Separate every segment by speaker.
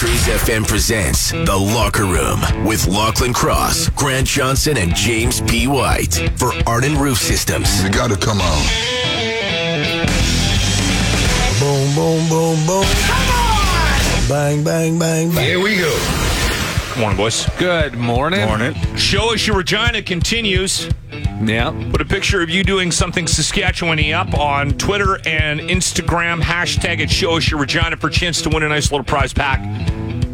Speaker 1: Cruise FM presents The Locker Room with Lachlan Cross, Grant Johnson, and James P. White for Arden Roof Systems.
Speaker 2: You gotta come on.
Speaker 3: Boom, boom, boom, boom. Bang, bang, bang, bang.
Speaker 4: Here we go.
Speaker 5: Good morning, boys.
Speaker 6: Good morning.
Speaker 5: Morning. Show us your Regina continues.
Speaker 6: Yeah.
Speaker 5: Put a picture of you doing something Saskatchewany up on Twitter and Instagram. Hashtag it show us your Regina for a chance to win a nice little prize pack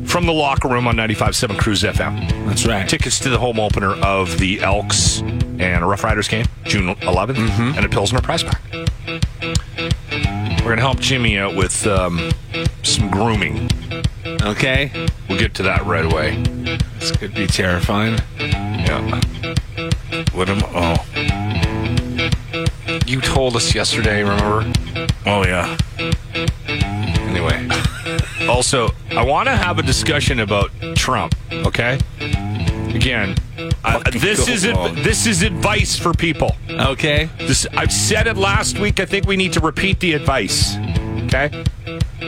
Speaker 5: from the locker room on 95.7 Cruise FM.
Speaker 6: That's right.
Speaker 5: Tickets to the home opener of the Elks and a Rough Riders game, June 11th,
Speaker 6: Mm-hmm.
Speaker 5: and a Pilsner prize pack. We're going to help Jimmy out with um, some grooming.
Speaker 6: Okay.
Speaker 5: We'll get to that right away.
Speaker 6: This could be terrifying.
Speaker 5: Yeah. What am Oh.
Speaker 6: You told us yesterday, remember?
Speaker 5: Oh, yeah.
Speaker 6: Anyway.
Speaker 5: Also, I want to have a discussion about Trump. Okay. Again, I,
Speaker 6: Fucking
Speaker 5: this
Speaker 6: go
Speaker 5: is ad-
Speaker 6: on.
Speaker 5: this is advice for people.
Speaker 6: Okay.
Speaker 5: This I've said it last week. I think we need to repeat the advice. Okay.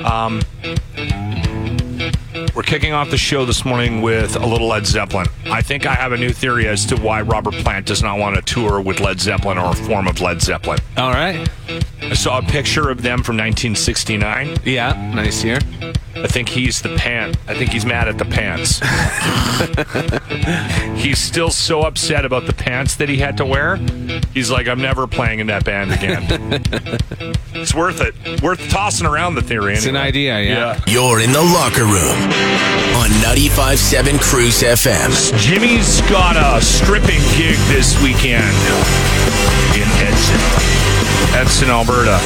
Speaker 5: Um, we're kicking off the show this morning with a little Led Zeppelin. I think I have a new theory as to why Robert Plant does not want to tour with Led Zeppelin or a form of Led Zeppelin.
Speaker 6: All right.
Speaker 5: I saw a picture of them from 1969.
Speaker 6: Yeah. Nice year.
Speaker 5: I think he's the pant. I think he's mad at the pants. he's still so upset about the pants that he had to wear. He's like, I'm never playing in that band again. it's worth it. Worth tossing around the theory.
Speaker 6: It's an
Speaker 5: anyway.
Speaker 6: idea. Yeah.
Speaker 1: You're in the locker room on 95.7 Cruise FM.
Speaker 5: Jimmy's got a stripping gig this weekend in Edson, Edson, Alberta.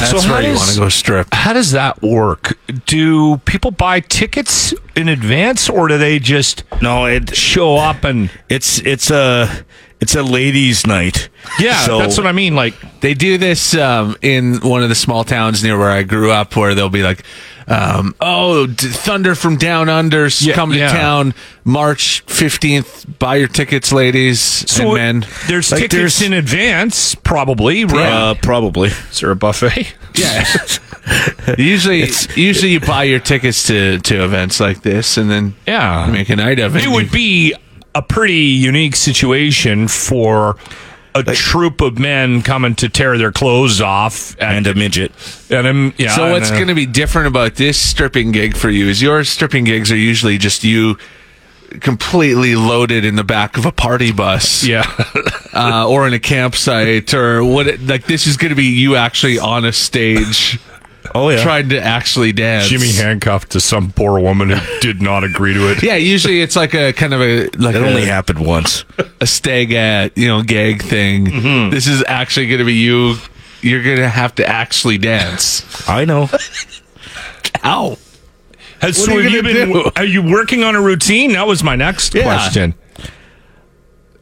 Speaker 6: That's where you wanna go
Speaker 5: strip. How does that work? Do people buy tickets in advance, or do they just
Speaker 4: No, it
Speaker 5: show up and?
Speaker 4: it's it's a it's a ladies' night.
Speaker 5: Yeah,
Speaker 4: So-
Speaker 5: that's what I mean. Like,
Speaker 6: They do this um, in one of the small towns near where I grew up, where they'll be like, um, "Oh, d- Thunder from Down Under's
Speaker 5: Yeah,
Speaker 6: come to
Speaker 5: yeah.
Speaker 6: town March fifteenth. Buy your tickets, ladies
Speaker 5: so
Speaker 6: and men."
Speaker 5: there's
Speaker 4: Like,
Speaker 5: tickets
Speaker 4: there's-
Speaker 5: in advance, probably, right?
Speaker 4: Uh, probably.
Speaker 5: Is there a buffet?
Speaker 6: Yeah. usually, usually you buy your tickets to to events like this, and then
Speaker 5: Yeah.
Speaker 6: make a night of it.
Speaker 5: It would be a pretty unique situation for a troop of men coming to tear their clothes off, and
Speaker 4: And a midget.
Speaker 5: and um, yeah.
Speaker 6: So
Speaker 5: and,
Speaker 6: what's
Speaker 5: uh,
Speaker 6: going to be different about this stripping gig for you is your stripping gigs are usually just you completely loaded in the back of a party bus
Speaker 5: yeah,
Speaker 6: uh, or in a campsite or what it, like this is going to be you actually on a stage
Speaker 5: oh
Speaker 6: trying to actually dance
Speaker 5: Jimmy handcuffed to some poor woman who did not agree to it.
Speaker 6: yeah usually it's like a kind of a like
Speaker 4: That only
Speaker 6: a,
Speaker 4: happened once.
Speaker 6: a stag at you know gag thing
Speaker 5: Mm-hmm.
Speaker 6: this is actually going to be you you're going to have to actually dance
Speaker 4: I know.
Speaker 6: ow
Speaker 5: Has,
Speaker 6: What are you
Speaker 5: have
Speaker 6: gonna
Speaker 5: been?
Speaker 6: do?
Speaker 5: Are you working on a routine? That was my next
Speaker 6: Yeah.
Speaker 5: question.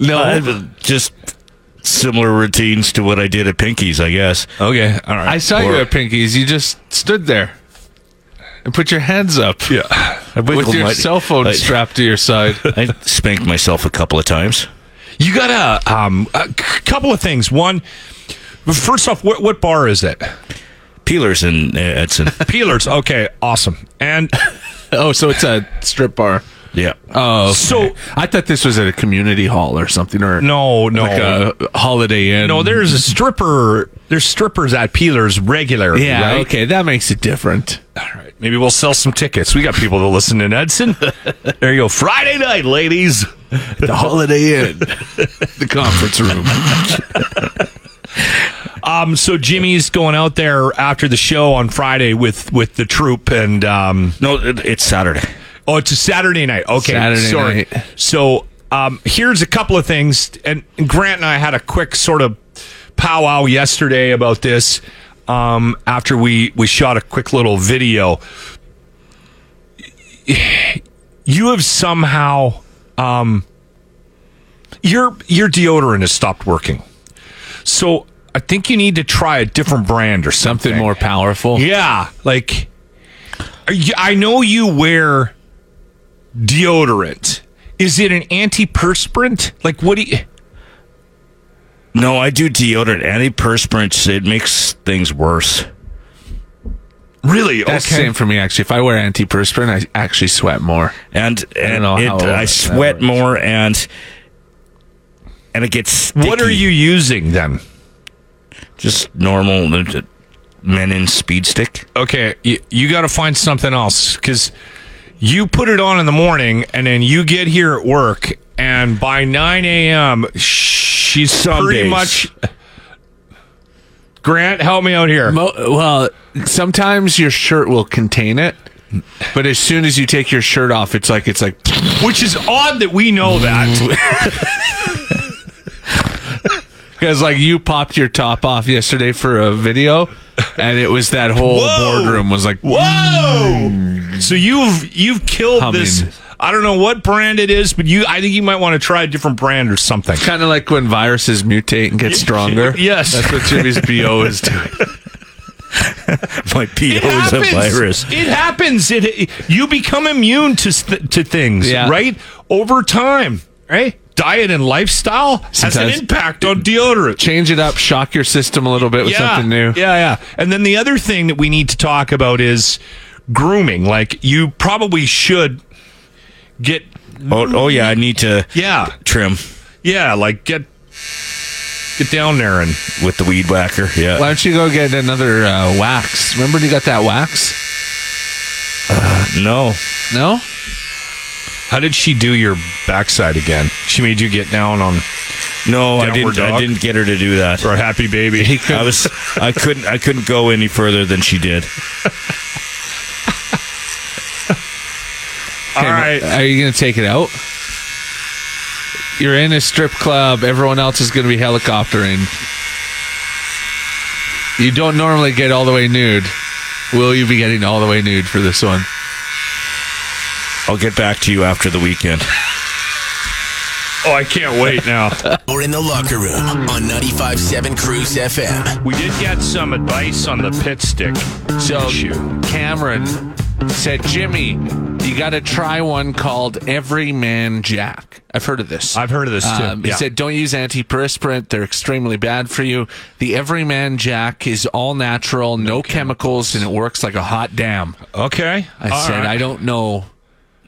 Speaker 6: no
Speaker 4: Uh, just similar routines to what I did at Pinky's, I guess.
Speaker 5: Okay, all right.
Speaker 6: I saw you
Speaker 4: Or-
Speaker 6: at Pinky's. You just stood there and put your hands up
Speaker 5: yeah.
Speaker 4: I
Speaker 6: with
Speaker 4: wiggled
Speaker 6: your
Speaker 4: my-
Speaker 6: cell phone
Speaker 4: I-
Speaker 6: strapped to your side.
Speaker 4: I spanked myself a couple of times.
Speaker 5: You got a, um, a c- couple of things. One, first off, what, what bar is it?
Speaker 4: Peelers and uh, Edson.
Speaker 5: Peelers. Okay, awesome. And
Speaker 6: oh, so it's a strip bar.
Speaker 4: Yeah.
Speaker 6: Oh,
Speaker 5: So-
Speaker 6: I thought this was at a community hall or something, or
Speaker 5: no, no,
Speaker 6: like a Holiday Inn.
Speaker 5: no. There's a stripper. There's strippers at Peelers regularly.
Speaker 6: yeah,
Speaker 5: right?
Speaker 6: okay, that makes it different.
Speaker 5: All right. Maybe we'll sell some tickets. We got people to listen in Edson. there you go. Friday night, ladies.
Speaker 6: The Holiday Inn, the conference room.
Speaker 5: Um, so Jimmy's going out there after the show on Friday with with the troop, and um,
Speaker 4: No, it, it's Saturday.
Speaker 5: Oh, it's a Saturday night. Okay,
Speaker 6: Saturday
Speaker 5: sorry.
Speaker 6: night.
Speaker 5: So um, here's a couple of things, and Grant and I had a quick sort of powwow yesterday about this um, after we we shot a quick little video. you have somehow um, your your deodorant has stopped working. So I think you need to try a different brand or something.
Speaker 6: Something more powerful.
Speaker 5: Yeah, like are you- I know you wear deodorant. Is it an antiperspirant? Like what do you?
Speaker 4: No, I do deodorant. Antiperspirants, it makes things worse.
Speaker 5: Really?
Speaker 6: That's the same for me, actually. If I wear antiperspirant, I actually sweat more.
Speaker 4: And, and
Speaker 6: know
Speaker 4: I,
Speaker 6: how
Speaker 4: it, I
Speaker 6: that
Speaker 4: sweat
Speaker 6: works.
Speaker 4: more and and it gets sticky.
Speaker 5: What are you using then?
Speaker 4: Just normal uh, Menin speed stick.
Speaker 5: okay, you, you got to find something else because you put it on in the morning and then you get here at work, and by 9 a.m., she's
Speaker 4: Some
Speaker 5: pretty
Speaker 4: days.
Speaker 5: much. Grant, help me out here.
Speaker 6: Mo- well, sometimes your shirt will contain it, but as soon as you take your shirt off, it's like it's like
Speaker 5: Which is odd that we know that.
Speaker 6: because like you popped your top off yesterday for a video, and it was that whole
Speaker 5: Whoa!
Speaker 6: boardroom was like
Speaker 5: Whoa! So you've you've killed this.
Speaker 6: Humming.
Speaker 5: I don't know what brand it is, but you. I think you might want to try a different brand or something.
Speaker 6: kind of like when viruses mutate and get stronger.
Speaker 5: Yes.
Speaker 6: that's what Jimmy's bo is doing.
Speaker 4: My PO is a virus.
Speaker 5: It happens. It, it- you become immune to th- to things,
Speaker 6: Yeah.
Speaker 5: right? Over time, right? Diet and lifestyle has an
Speaker 6: Sometimes-
Speaker 5: impact on deodorant.
Speaker 6: Change it up, shock your system a little bit with
Speaker 5: yeah,
Speaker 6: something new.
Speaker 5: Yeah, yeah. And then the other thing that we need to talk about is grooming. Like you probably should get
Speaker 4: Oh, oh yeah, I need to
Speaker 5: yeah,
Speaker 4: trim
Speaker 5: yeah, like get get down there and
Speaker 4: with the weed whacker. Yeah.
Speaker 6: Why don't you go get another uh, wax? Remember you got that wax?
Speaker 4: No.
Speaker 6: No,
Speaker 5: how did she do your backside again? She made you get down on
Speaker 4: No, I
Speaker 5: Downward
Speaker 4: didn't I
Speaker 5: dog?
Speaker 4: didn't get her to do that.
Speaker 5: or happy baby.
Speaker 4: I was I couldn't I couldn't go any further than she did.
Speaker 5: All right.
Speaker 6: Are you going to take it out? You're in a strip club. Everyone else is going to be helicoptering. You don't normally get all the way nude. Will you be getting all the way nude for this one?
Speaker 4: I'll get back to you after the weekend.
Speaker 5: Oh, I can't wait now.
Speaker 1: Or in the locker room on 95.7 Cruise FM.
Speaker 5: We did get some advice on the pit stick
Speaker 6: So
Speaker 5: issue.
Speaker 6: Cameron said, Jimmy, you got to try one called Everyman Jack. I've heard of this.
Speaker 5: I've heard of this too.
Speaker 6: Um, He
Speaker 5: Yeah.
Speaker 6: said, "Don't use antiperspirant; they're extremely bad for you." The Everyman Jack is all natural, no, chemicals, and it works like a hot dam.
Speaker 5: Okay.
Speaker 6: I said, "I don't know."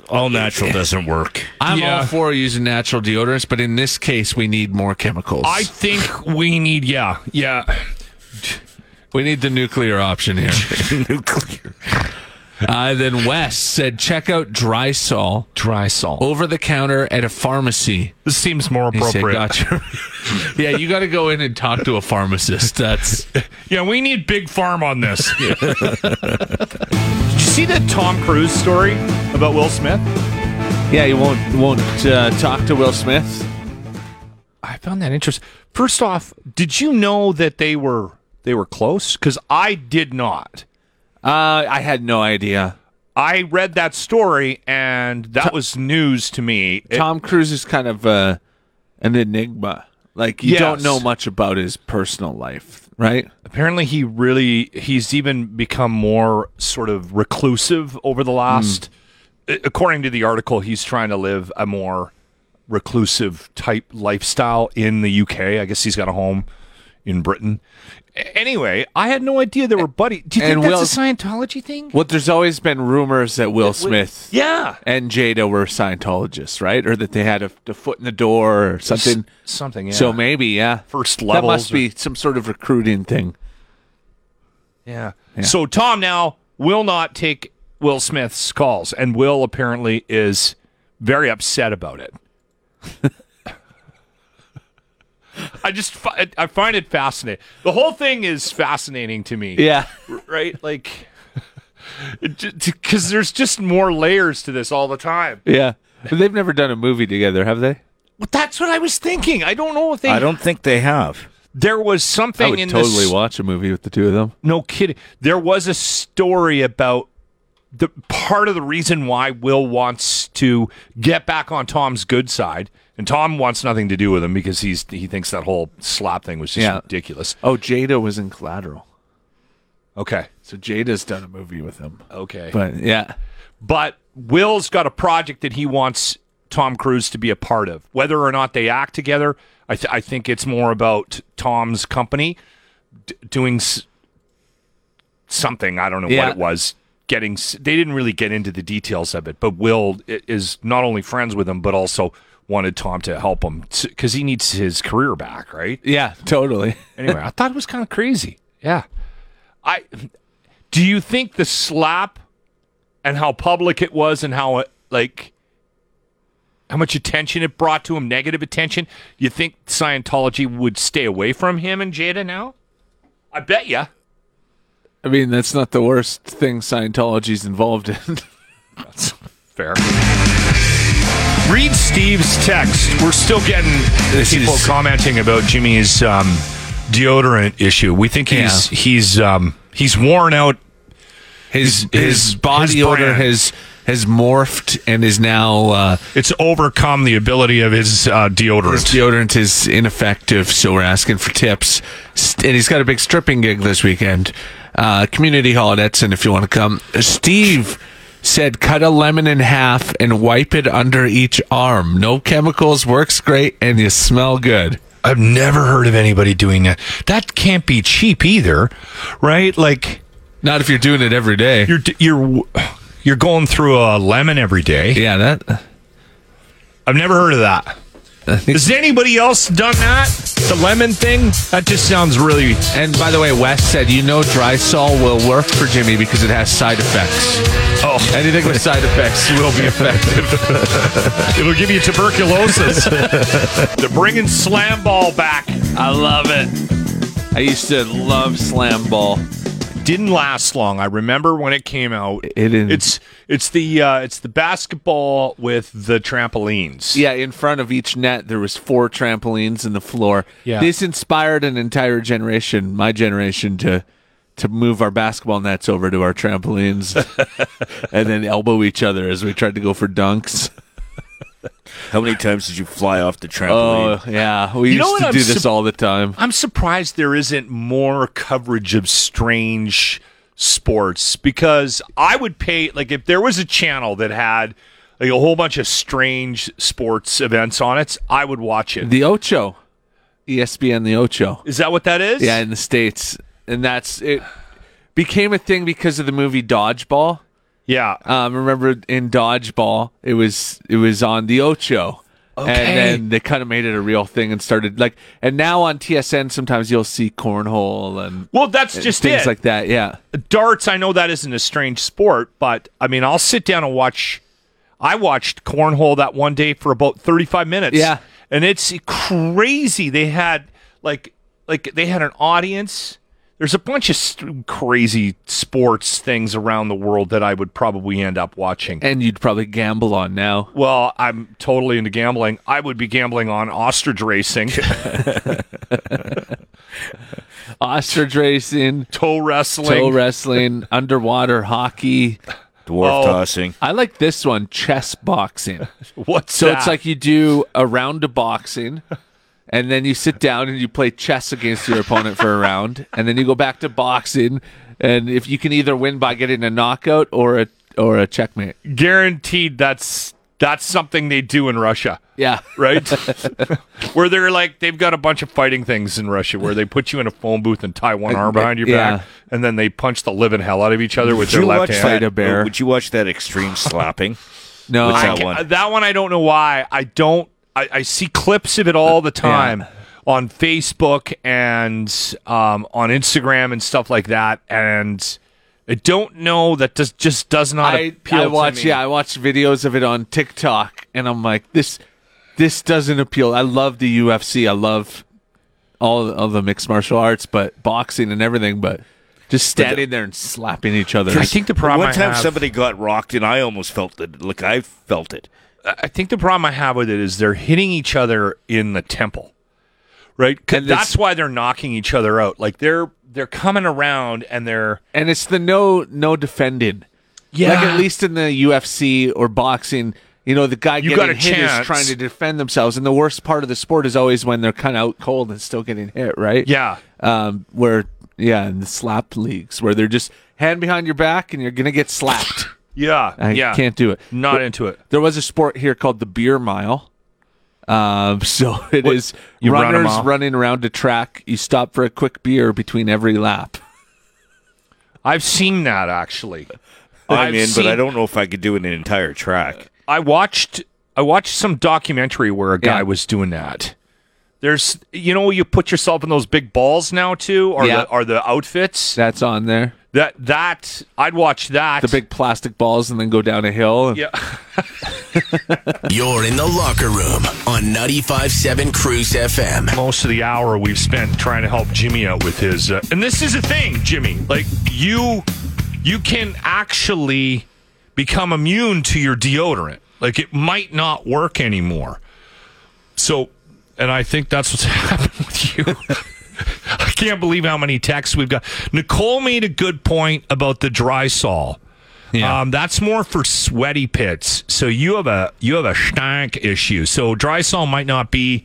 Speaker 4: All natural doesn't work.
Speaker 6: I'm
Speaker 5: Yeah.
Speaker 6: all for using natural deodorants, but in this case, we need more chemicals.
Speaker 5: I think we need, yeah, yeah.
Speaker 6: we need the nuclear option here.
Speaker 4: Nuclear.
Speaker 6: uh, then Wes said, "Check out Drysol
Speaker 5: Dry salt.
Speaker 6: over the counter at a pharmacy."
Speaker 5: This seems more
Speaker 6: He said,
Speaker 5: appropriate.
Speaker 6: "Gotcha." yeah, you got to go in and talk to a pharmacist. That's
Speaker 5: Yeah, we need Big Farm on this. Did you see that Tom Cruise story about Will Smith?
Speaker 6: yeah. You won't won't uh, talk to Will Smith.
Speaker 5: I found that interesting. First off, did you know that they were they were close? Because I did not.
Speaker 6: Uh, I had no idea.
Speaker 5: I read that story and that was news to me. It-
Speaker 6: Tom Cruise is kind of uh, an enigma. Like you
Speaker 5: Yes.
Speaker 6: don't know much about his personal life, right?
Speaker 5: apparently he really he's even become more sort of reclusive over the last
Speaker 6: Hmm.
Speaker 5: a- according to the article he's trying to live a more reclusive type lifestyle in the UK I guess he's got a home in Britain A- anyway I had no idea they were buddy do you
Speaker 6: And
Speaker 5: think that's
Speaker 6: Will-
Speaker 5: a Scientology thing
Speaker 6: Well, there's always been rumors that Will Smith
Speaker 5: yeah
Speaker 6: and Jada were Scientologists, right? Or that they had a, a foot in the door or something.
Speaker 5: something yeah.
Speaker 6: So maybe, yeah.
Speaker 5: First
Speaker 6: That
Speaker 5: levels
Speaker 6: must be some sort of recruiting thing.
Speaker 5: Yeah. So Tom now will not take Will Smith's calls, and Will apparently is very upset about it. I just fi- I find it fascinating. The whole thing is fascinating to me.
Speaker 6: Yeah.
Speaker 5: Right. Like. Because there's just more layers to this all the time.
Speaker 6: Yeah. But they've never done a movie together, have they?
Speaker 5: Well, that's what I was thinking. I don't know if they.
Speaker 4: I don't think they have.
Speaker 5: there was something
Speaker 6: I would
Speaker 5: in
Speaker 6: totally
Speaker 5: this.
Speaker 6: watch a movie with the two of them.
Speaker 5: No kidding. There was a story about the part of the reason why Will wants to get back on Tom's good side, and Tom wants nothing to do with him because he's he thinks that whole slap thing was just
Speaker 6: Yeah.
Speaker 5: ridiculous.
Speaker 6: Oh, Jada was in Collateral,
Speaker 5: Okay,
Speaker 6: so Jada's done a movie with him.
Speaker 5: okay, but,
Speaker 6: But yeah,
Speaker 5: Will's got a project that he wants Tom Cruise to be a part of. Whether or not they act together, I, th- I think it's more about Tom's company d- doing s- something. I don't know
Speaker 6: Yeah.
Speaker 5: what it was. Getting s- they didn't really get into the details of it, but Will i- is not only friends with him, but also wanted Tom to help him because he needs his career back, right?
Speaker 6: yeah, totally.
Speaker 5: anyway, I thought it was kind of crazy. Yeah. I do you think the slap and how public it was and how it like how much attention it brought to him, negative attention, you think Scientology would stay away from him and Jada now? I bet ya.
Speaker 6: I mean, that's not the worst thing Scientology's involved in.
Speaker 5: Fair. Read Steve's text. We're still getting
Speaker 4: This
Speaker 5: people
Speaker 4: is-
Speaker 5: commenting about Jimmy's um, deodorant issue. We think he's he's um, he's worn out
Speaker 6: His
Speaker 5: His-
Speaker 6: his, body
Speaker 5: his
Speaker 6: odor
Speaker 5: brand.
Speaker 6: has has morphed and is now uh,
Speaker 5: it's overcome the ability of his uh, deodorant.
Speaker 6: his deodorant is ineffective. So we're asking for tips. S- And he's got a big stripping gig this weekend, uh, community hall at Edson. If you want to come, Steve said cut a lemon in half and wipe it under each arm. No chemicals, works great, and you smell good.
Speaker 5: I've never heard of anybody doing that. That can't be cheap either, right? Like
Speaker 6: Not if you're doing it every day.
Speaker 5: you're you're you're going through a lemon every day.
Speaker 6: yeah, that.
Speaker 5: I've never heard of that.
Speaker 6: I think
Speaker 5: Has anybody else done that? The lemon thing? That just sounds really
Speaker 6: And by the way, Wes said, you know, Drysol will work for Jimmy because it has side effects.
Speaker 5: oh,
Speaker 6: Anything with side effects will be effective.
Speaker 5: it'll give you tuberculosis. They're bringing slam ball back. Uh,
Speaker 6: I love it. I used to love slam ball.
Speaker 5: Didn't last long. I remember when it came out.
Speaker 6: It didn't.
Speaker 5: It's it's the uh, it's the basketball with the trampolines.
Speaker 6: Yeah, in front of each net there was four trampolines in the floor.
Speaker 5: Yeah.
Speaker 6: This inspired an entire generation, my generation, to to move our basketball nets over to our trampolines and then elbow each other as we tried to go for dunks.
Speaker 4: How many times did you fly off the trampoline?
Speaker 6: Oh yeah. We
Speaker 5: You know
Speaker 6: used
Speaker 5: what
Speaker 6: to
Speaker 5: I'm
Speaker 6: do this
Speaker 5: sup-
Speaker 6: all the time.
Speaker 5: I'm surprised there isn't more coverage of strange sports because I would pay like if there was a channel that had like a whole bunch of strange sports events on it, I would watch it. Is
Speaker 6: The Ocho. E ESPN the Ocho.
Speaker 5: that what that is?
Speaker 6: Yeah, in the states, and that's it became a thing because of the movie Dodgeball.
Speaker 5: yeah.
Speaker 6: Um, remember in Dodgeball, it was it was on the Ocho,
Speaker 5: Okay.
Speaker 6: and then they kind of made it a real thing and started like. And now on TSN, sometimes you'll see cornhole and
Speaker 5: well, that's just
Speaker 6: Uh, things
Speaker 5: it.
Speaker 6: like that. Yeah,
Speaker 5: darts. I know that isn't a strange sport, but I mean, I'll sit down and watch. I watched cornhole that one day for about thirty-five minutes.
Speaker 6: Yeah.
Speaker 5: and it's crazy. They had like like they had an audience. There's a bunch of st- crazy sports things around the world that I would probably end up watching.
Speaker 6: and you'd probably gamble on now.
Speaker 5: Well, I'm totally into gambling. I would be gambling on ostrich racing,
Speaker 6: Ostrich racing,
Speaker 5: toe wrestling.
Speaker 6: toe wrestling, underwater hockey.
Speaker 4: Dwarf
Speaker 5: Oh.
Speaker 4: tossing.
Speaker 6: I like this one, chess boxing.
Speaker 5: What's
Speaker 6: So it's
Speaker 5: that?
Speaker 6: like you do a round of boxing, and then you sit down and you play chess against your opponent for a round, and then you go back to boxing, and if you can either win by getting a knockout or a or a checkmate.
Speaker 5: guaranteed that's that's something they do in Russia.
Speaker 6: Yeah.
Speaker 5: right? where they're like they've got a bunch of fighting things in Russia where they put you in a phone booth and tie one arm behind your
Speaker 6: yeah.
Speaker 5: back, and then they punch the living hell out of each other with their
Speaker 4: you watch
Speaker 5: left
Speaker 4: that-
Speaker 5: hand.
Speaker 6: Fight a bear.
Speaker 4: Oh, Would you watch that extreme slapping?
Speaker 6: No,
Speaker 4: What's
Speaker 6: I,
Speaker 4: that one?
Speaker 5: Uh, That one I don't know why. I don't. I, I see clips of it all the time. On Facebook and um, on Instagram and stuff like that, and I don't know that does just does not
Speaker 6: I,
Speaker 5: appeal
Speaker 6: I
Speaker 5: to
Speaker 6: watch
Speaker 5: me.
Speaker 6: yeah, I watch videos of it on TikTok and I'm like, this this doesn't appeal. I love the UFC. I love all all the mixed martial arts, but boxing and everything, but just standing there and slapping each other.
Speaker 5: I think the problem
Speaker 4: One
Speaker 5: I
Speaker 4: time
Speaker 5: have-
Speaker 4: somebody got rocked, and I almost felt it. Look, I felt it.
Speaker 5: I think the problem I have with it is they're hitting each other in the temple, right? 'Cause
Speaker 6: And it's-
Speaker 5: that's why they're knocking each other out. Like they're they're coming around and they're
Speaker 6: and it's the no no defending.
Speaker 5: Yeah.
Speaker 6: Like at least in the UFC or boxing, you know, the guy
Speaker 5: You
Speaker 6: getting
Speaker 5: got a
Speaker 6: hit
Speaker 5: chance.
Speaker 6: is trying to defend themselves, and the worst part of the sport is always when they're kind of out cold and still getting hit, right?
Speaker 5: Yeah.
Speaker 6: Um, where yeah, in the slap leagues where they're just hand behind your back and you're gonna get slapped.
Speaker 5: Yeah,
Speaker 6: I
Speaker 5: yeah.
Speaker 6: can't do it.
Speaker 5: Not
Speaker 6: But
Speaker 5: into it.
Speaker 6: There was a sport here called the beer mile. Um, so it
Speaker 5: What?
Speaker 6: is
Speaker 5: You run a
Speaker 6: runners
Speaker 5: mile?
Speaker 6: running around a track. You stop for a quick beer between every lap.
Speaker 5: I've seen that actually.
Speaker 4: I'm
Speaker 5: I've
Speaker 4: in,
Speaker 5: seen-
Speaker 4: but I don't know if I could do an entire track.
Speaker 5: I watched I watched some documentary where a guy
Speaker 6: Yeah.
Speaker 5: was doing that. There's you know you put yourself in those big balls now too, or
Speaker 6: Yeah.
Speaker 5: the or the outfits. That
Speaker 6: That's on there.
Speaker 5: that, I'd watch that.
Speaker 6: The big plastic balls and then go down a hill. and-
Speaker 5: yeah.
Speaker 1: You're in the locker room on 95.7 Cruise FM.
Speaker 5: Most of the hour we've spent trying to help Jimmy out with his, uh, and this is a thing, Jimmy. Like you, you can actually become immune to your deodorant. Like it might not work anymore. So, and I think that's what's happened with you. I can't believe how many texts we've got. Nicole made a good point about the dry sol. Um, that's more for sweaty pits. So you have a you have a stank issue. So dry sol might not be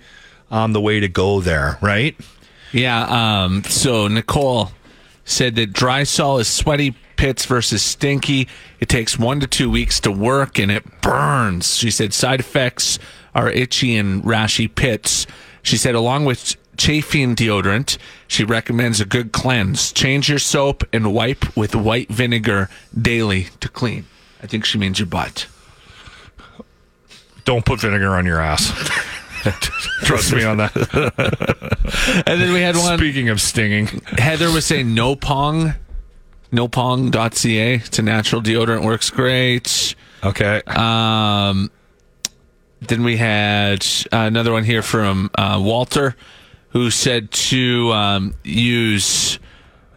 Speaker 5: um, the way to go there, right?
Speaker 6: Yeah. Um, so Nicole said that dry sol is sweaty pits versus stinky. It takes one to two weeks to work and it burns. She said side effects are itchy and rashy pits. She said, along with chafing deodorant, she recommends a good cleanse. Change your soap and wipe with white vinegar daily to clean. I think she means your butt.
Speaker 5: Don't put vinegar on your ass. Trust me on that.
Speaker 6: And then we had one.
Speaker 5: Speaking of stinging,
Speaker 6: Heather was saying no pong, no pong.ca. It's a natural deodorant, works great.
Speaker 5: okay.
Speaker 6: Um, then we had uh, another one here from uh, Walter, who said to um, use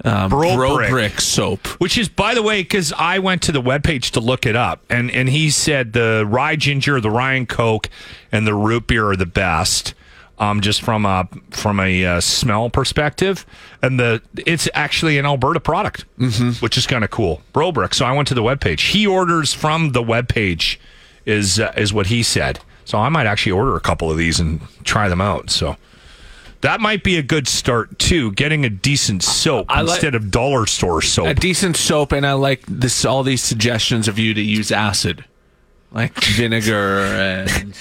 Speaker 6: um,
Speaker 5: Bro Brick.
Speaker 6: Brick soap.
Speaker 5: Which is, by the way, because I went to the webpage to look it up, and, and he said the rye ginger, the Ryan Coke, and the root beer are the best, um, just from a from a uh, smell perspective, and the it's actually an Alberta product,
Speaker 6: Mm-hmm.
Speaker 5: which is kind of cool. Brobrick. So I went to the webpage. He orders from the webpage, is uh, is what he said. So I might actually order a couple of these and try them out. So. That might be a good start too. Getting a decent soap
Speaker 6: I like-
Speaker 5: instead of dollar store soap.
Speaker 6: A decent soap, and I like this. All these suggestions of you to use acid, like vinegar and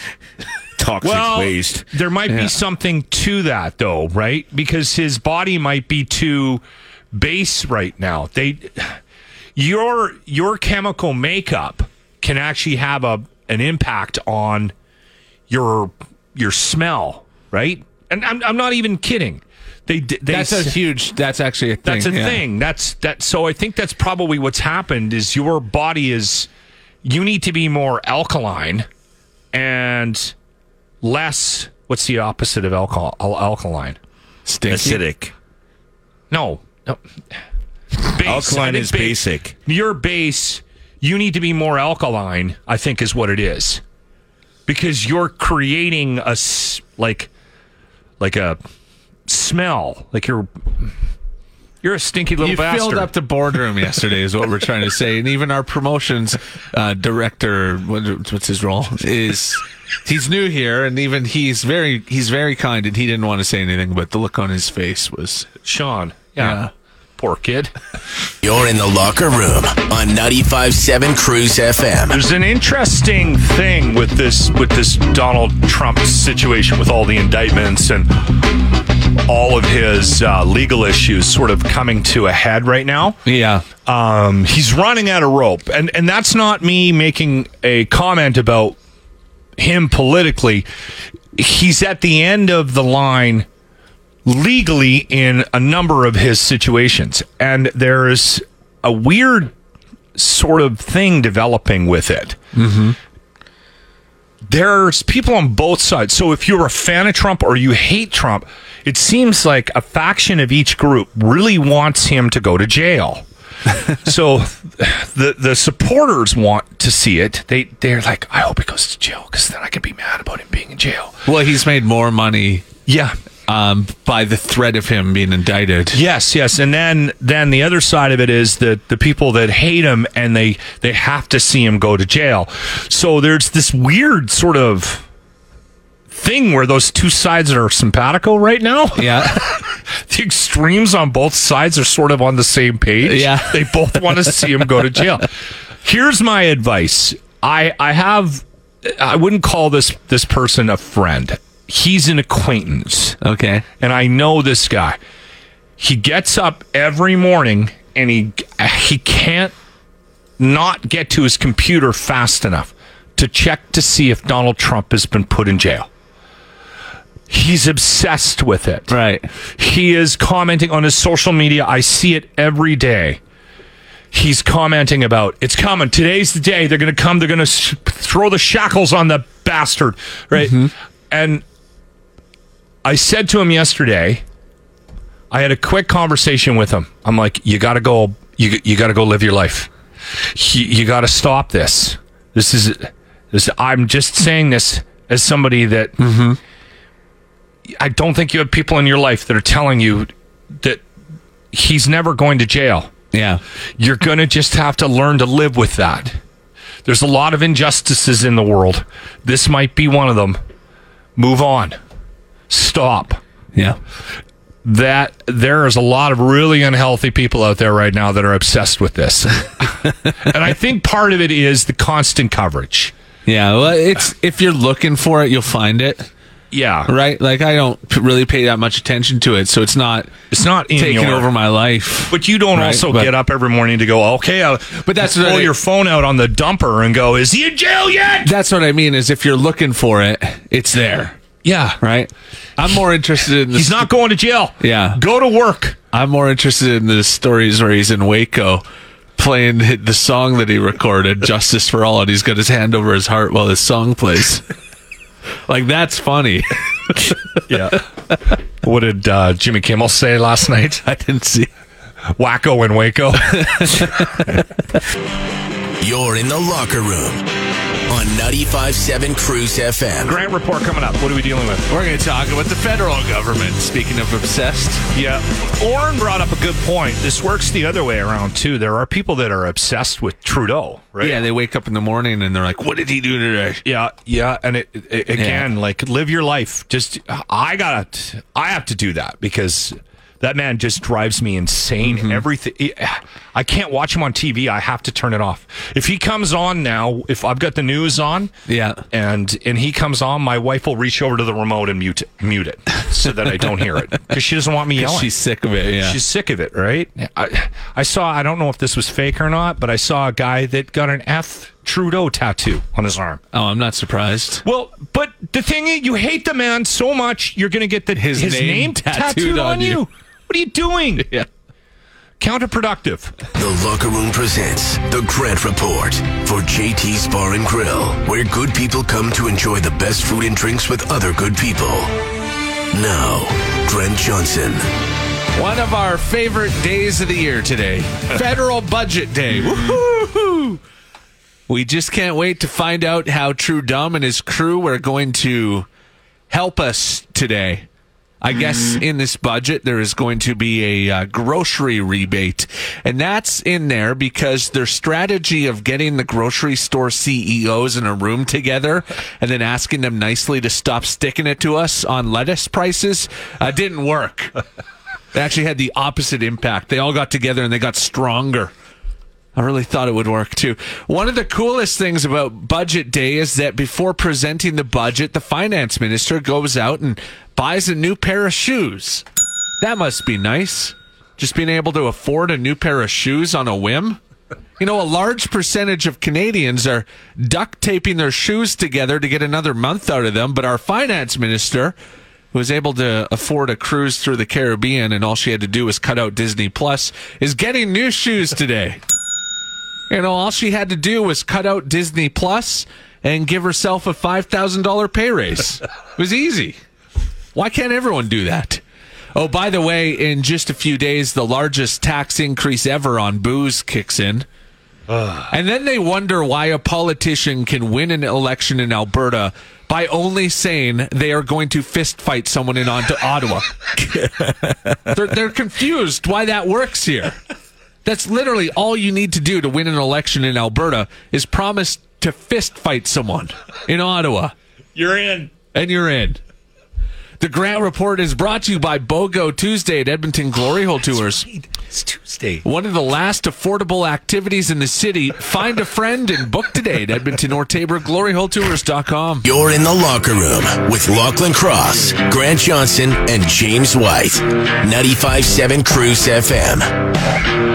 Speaker 4: Toxic waste.
Speaker 5: There might
Speaker 6: Yeah.
Speaker 5: be something to that though, right? Because his body might be too base right now. They your your chemical makeup can actually have a an impact on your your smell, right? And I'm I'm not even kidding. They d- they
Speaker 6: that's a
Speaker 5: s-
Speaker 6: huge. That's actually a thing.
Speaker 5: that's a
Speaker 6: yeah.
Speaker 5: thing. That's that. So I think that's probably what's happened. Is your body is you need to be more alkaline and less. What's the opposite of alcohol? al- Alkaline?
Speaker 6: Stinky.
Speaker 4: Acidic.
Speaker 5: No. no. Base. I
Speaker 4: Alkaline
Speaker 5: think
Speaker 4: is
Speaker 5: ba-
Speaker 4: basic.
Speaker 5: Your base. You need to be more alkaline. I think is what it is, because you're creating a s- like like a smell. Like you're you're a stinky little
Speaker 6: You
Speaker 5: bastard.
Speaker 6: filled up the boardroom yesterday, is what we're trying to say. And even our promotions uh, director, what, what's his role? Is he's new here, and even he's very he's very kind, and he didn't want to say anything, but the look on his face was
Speaker 5: Sean. Yeah.
Speaker 6: Yeah.
Speaker 5: Poor kid.
Speaker 1: You're in the locker room on 95.7 Cruise FM.
Speaker 5: There's an interesting thing with this with this Donald Trump situation with all the indictments and all of his uh, legal issues sort of coming to a head right now.
Speaker 6: yeah.
Speaker 5: Um, he's running out of rope, and and that's not me making a comment about him politically. He's at the end of the line legally in a number of his situations, and there's a weird sort of thing developing with it. There's people on both sides. So if you're a fan of Trump or you hate Trump, it seems like a faction of each group really wants him to go to jail. so the the supporters want to see it. They they're like, I hope he goes to jail because then I can be mad about him being in jail.
Speaker 6: Well, he's made more money
Speaker 5: Yeah,
Speaker 6: um, by the threat of him being indicted.
Speaker 5: Yes, yes, and then then the other side of it is that the people that hate him and they they have to see him go to jail. So there's this weird sort of thing where those two sides are simpatico right now.
Speaker 6: Yeah.
Speaker 5: The extremes on both sides are sort of on the same page.
Speaker 6: Yeah.
Speaker 5: they both want to see him go to jail. Here's my advice. I I have I wouldn't call this this person a friend. He's an acquaintance
Speaker 6: Okay.
Speaker 5: and I know this guy. He gets up every morning and he he can't not get to his computer fast enough to check to see if Donald Trump has been put in jail. He's obsessed with it.
Speaker 6: Right.
Speaker 5: He is commenting on his social media. I see it every day. He's commenting about it's coming. Today's the day. They're going to come. They're going to sh- throw the shackles on the bastard. Right. And I said to him yesterday, I had a quick conversation with him. I'm like, you got to go. You, you got to go live your life. You, you got to stop this. This is this. I'm just saying this as somebody that I don't think you have people in your life that are telling you that he's never going to jail.
Speaker 6: Yeah.
Speaker 5: You're going to just have to learn to live with that. There's a lot of injustices in the world. This might be one of them. Move on. Stop
Speaker 6: Yeah.
Speaker 5: that there is a lot of really unhealthy people out there right now that are obsessed with this. and I think part of it is the constant coverage.
Speaker 6: Yeah. Well, it's if you're looking for it, you'll find it.
Speaker 5: Yeah.
Speaker 6: Right. Like I don't p- really pay that much attention to it, so it's not
Speaker 5: It's not in
Speaker 6: taking
Speaker 5: your-
Speaker 6: over my life.
Speaker 5: But you don't
Speaker 6: Right,
Speaker 5: also
Speaker 6: but-
Speaker 5: get up every morning to go, okay, I'll,
Speaker 6: But that's
Speaker 5: pull
Speaker 6: what I-
Speaker 5: your phone out on the dumper and go, is he in jail yet?
Speaker 6: That's what I mean. Is if you're looking for it, it's there.
Speaker 5: Yeah.
Speaker 6: Right. I'm more interested in the
Speaker 5: He's not going to jail.
Speaker 6: Yeah.
Speaker 5: Go to work.
Speaker 6: I'm more interested in the stories where he's in Waco playing hi- the song that he recorded, Justice for All, and he's got his hand over his heart while his song plays. like, that's funny.
Speaker 5: Yeah. what did uh, Jimmy Kimmel say last night?
Speaker 6: I didn't see.
Speaker 5: Wacko in Waco.
Speaker 1: You're in the locker room on 95.7 Cruise FM.
Speaker 5: Grant report coming up. What are we dealing with?
Speaker 6: We're going to talk about the federal government. Speaking of obsessed,
Speaker 5: Yeah. Orrin brought up a good point. This works the other way around, too. There are people that are obsessed with Trudeau, right?
Speaker 6: yeah, they wake up in the morning and they're like, what did he do today?
Speaker 5: Yeah, yeah, and it, it again, like live your life. Just I gotta, I have to do that because that man just drives me insane.
Speaker 6: Mm-hmm.
Speaker 5: Everything, I can't watch him on TV. I have to turn it off. If he comes on now, if I've got the news on,
Speaker 6: Yeah.
Speaker 5: and and he comes on, my wife will reach over to the remote and mute it, mute it, so that I don't hear it because she doesn't want me yelling.
Speaker 6: She's sick of it. Yeah.
Speaker 5: She's sick of it, right? I, I saw, I don't know if this was fake or not, but I saw a guy that got an F Trudeau tattoo on his arm.
Speaker 6: oh, I'm not surprised.
Speaker 5: Well, but the thing is, you hate the man so much, you're going to get the, his,
Speaker 6: His
Speaker 5: name,
Speaker 6: name
Speaker 5: tattooed, on, you. What are you doing?
Speaker 6: Yeah.
Speaker 5: Counterproductive.
Speaker 1: The Locker Room presents The Grant Report for JT's Bar and Grill, where good people come to enjoy the best food and drinks with other good people. Now, Grant Johnson.
Speaker 6: One of our favorite days of the year today Federal Budget Day. Woohoo! We just can't wait to find out how True Dumb and his crew are going to help us today. I guess in this budget, there is going to be a uh, grocery rebate. And that's in there because their strategy of getting the grocery store CEOs in a room together and then asking them nicely to stop sticking it to us on lettuce prices uh, didn't work. They actually had the opposite impact. They all got together and they got stronger. I really thought it would work too. One of the coolest things about Budget Day is that before presenting the budget, the finance minister goes out and buys a new pair of shoes. That must be nice. Just being able to afford a new pair of shoes on a whim. You know, a large percentage of Canadians are duct taping their shoes together to get another month out of them, but our finance minister was able to afford a cruise through the Caribbean and all she had to do was cut out Disney Plus is getting new shoes today. You know, all she had to do was cut out Disney Plus and give herself a $5,000 pay raise. it was easy. Why can't everyone do that? Oh, by the way, in just a few days, the largest tax increase ever on booze kicks in. and then they wonder why a politician can win an election in Alberta by only saying they are going to fist fight someone in onto Ottawa. they're, they're confused why that works here. That's literally all you need to do to win an election in Alberta is promise to fist fight someone in Ottawa
Speaker 4: You're in.
Speaker 6: and you're in. The Grant Report is brought to you by BOGO Tuesday at Edmonton Glory Hole Tours.
Speaker 4: It's Tuesday.
Speaker 6: One of the last affordable activities in the city. Find a friend and book today at Edmonton or Tabor, gloryholetours.com.
Speaker 1: You're in the locker room with Lachlan Cross, Grant Johnson, and James White. 95.7 Cruise FM.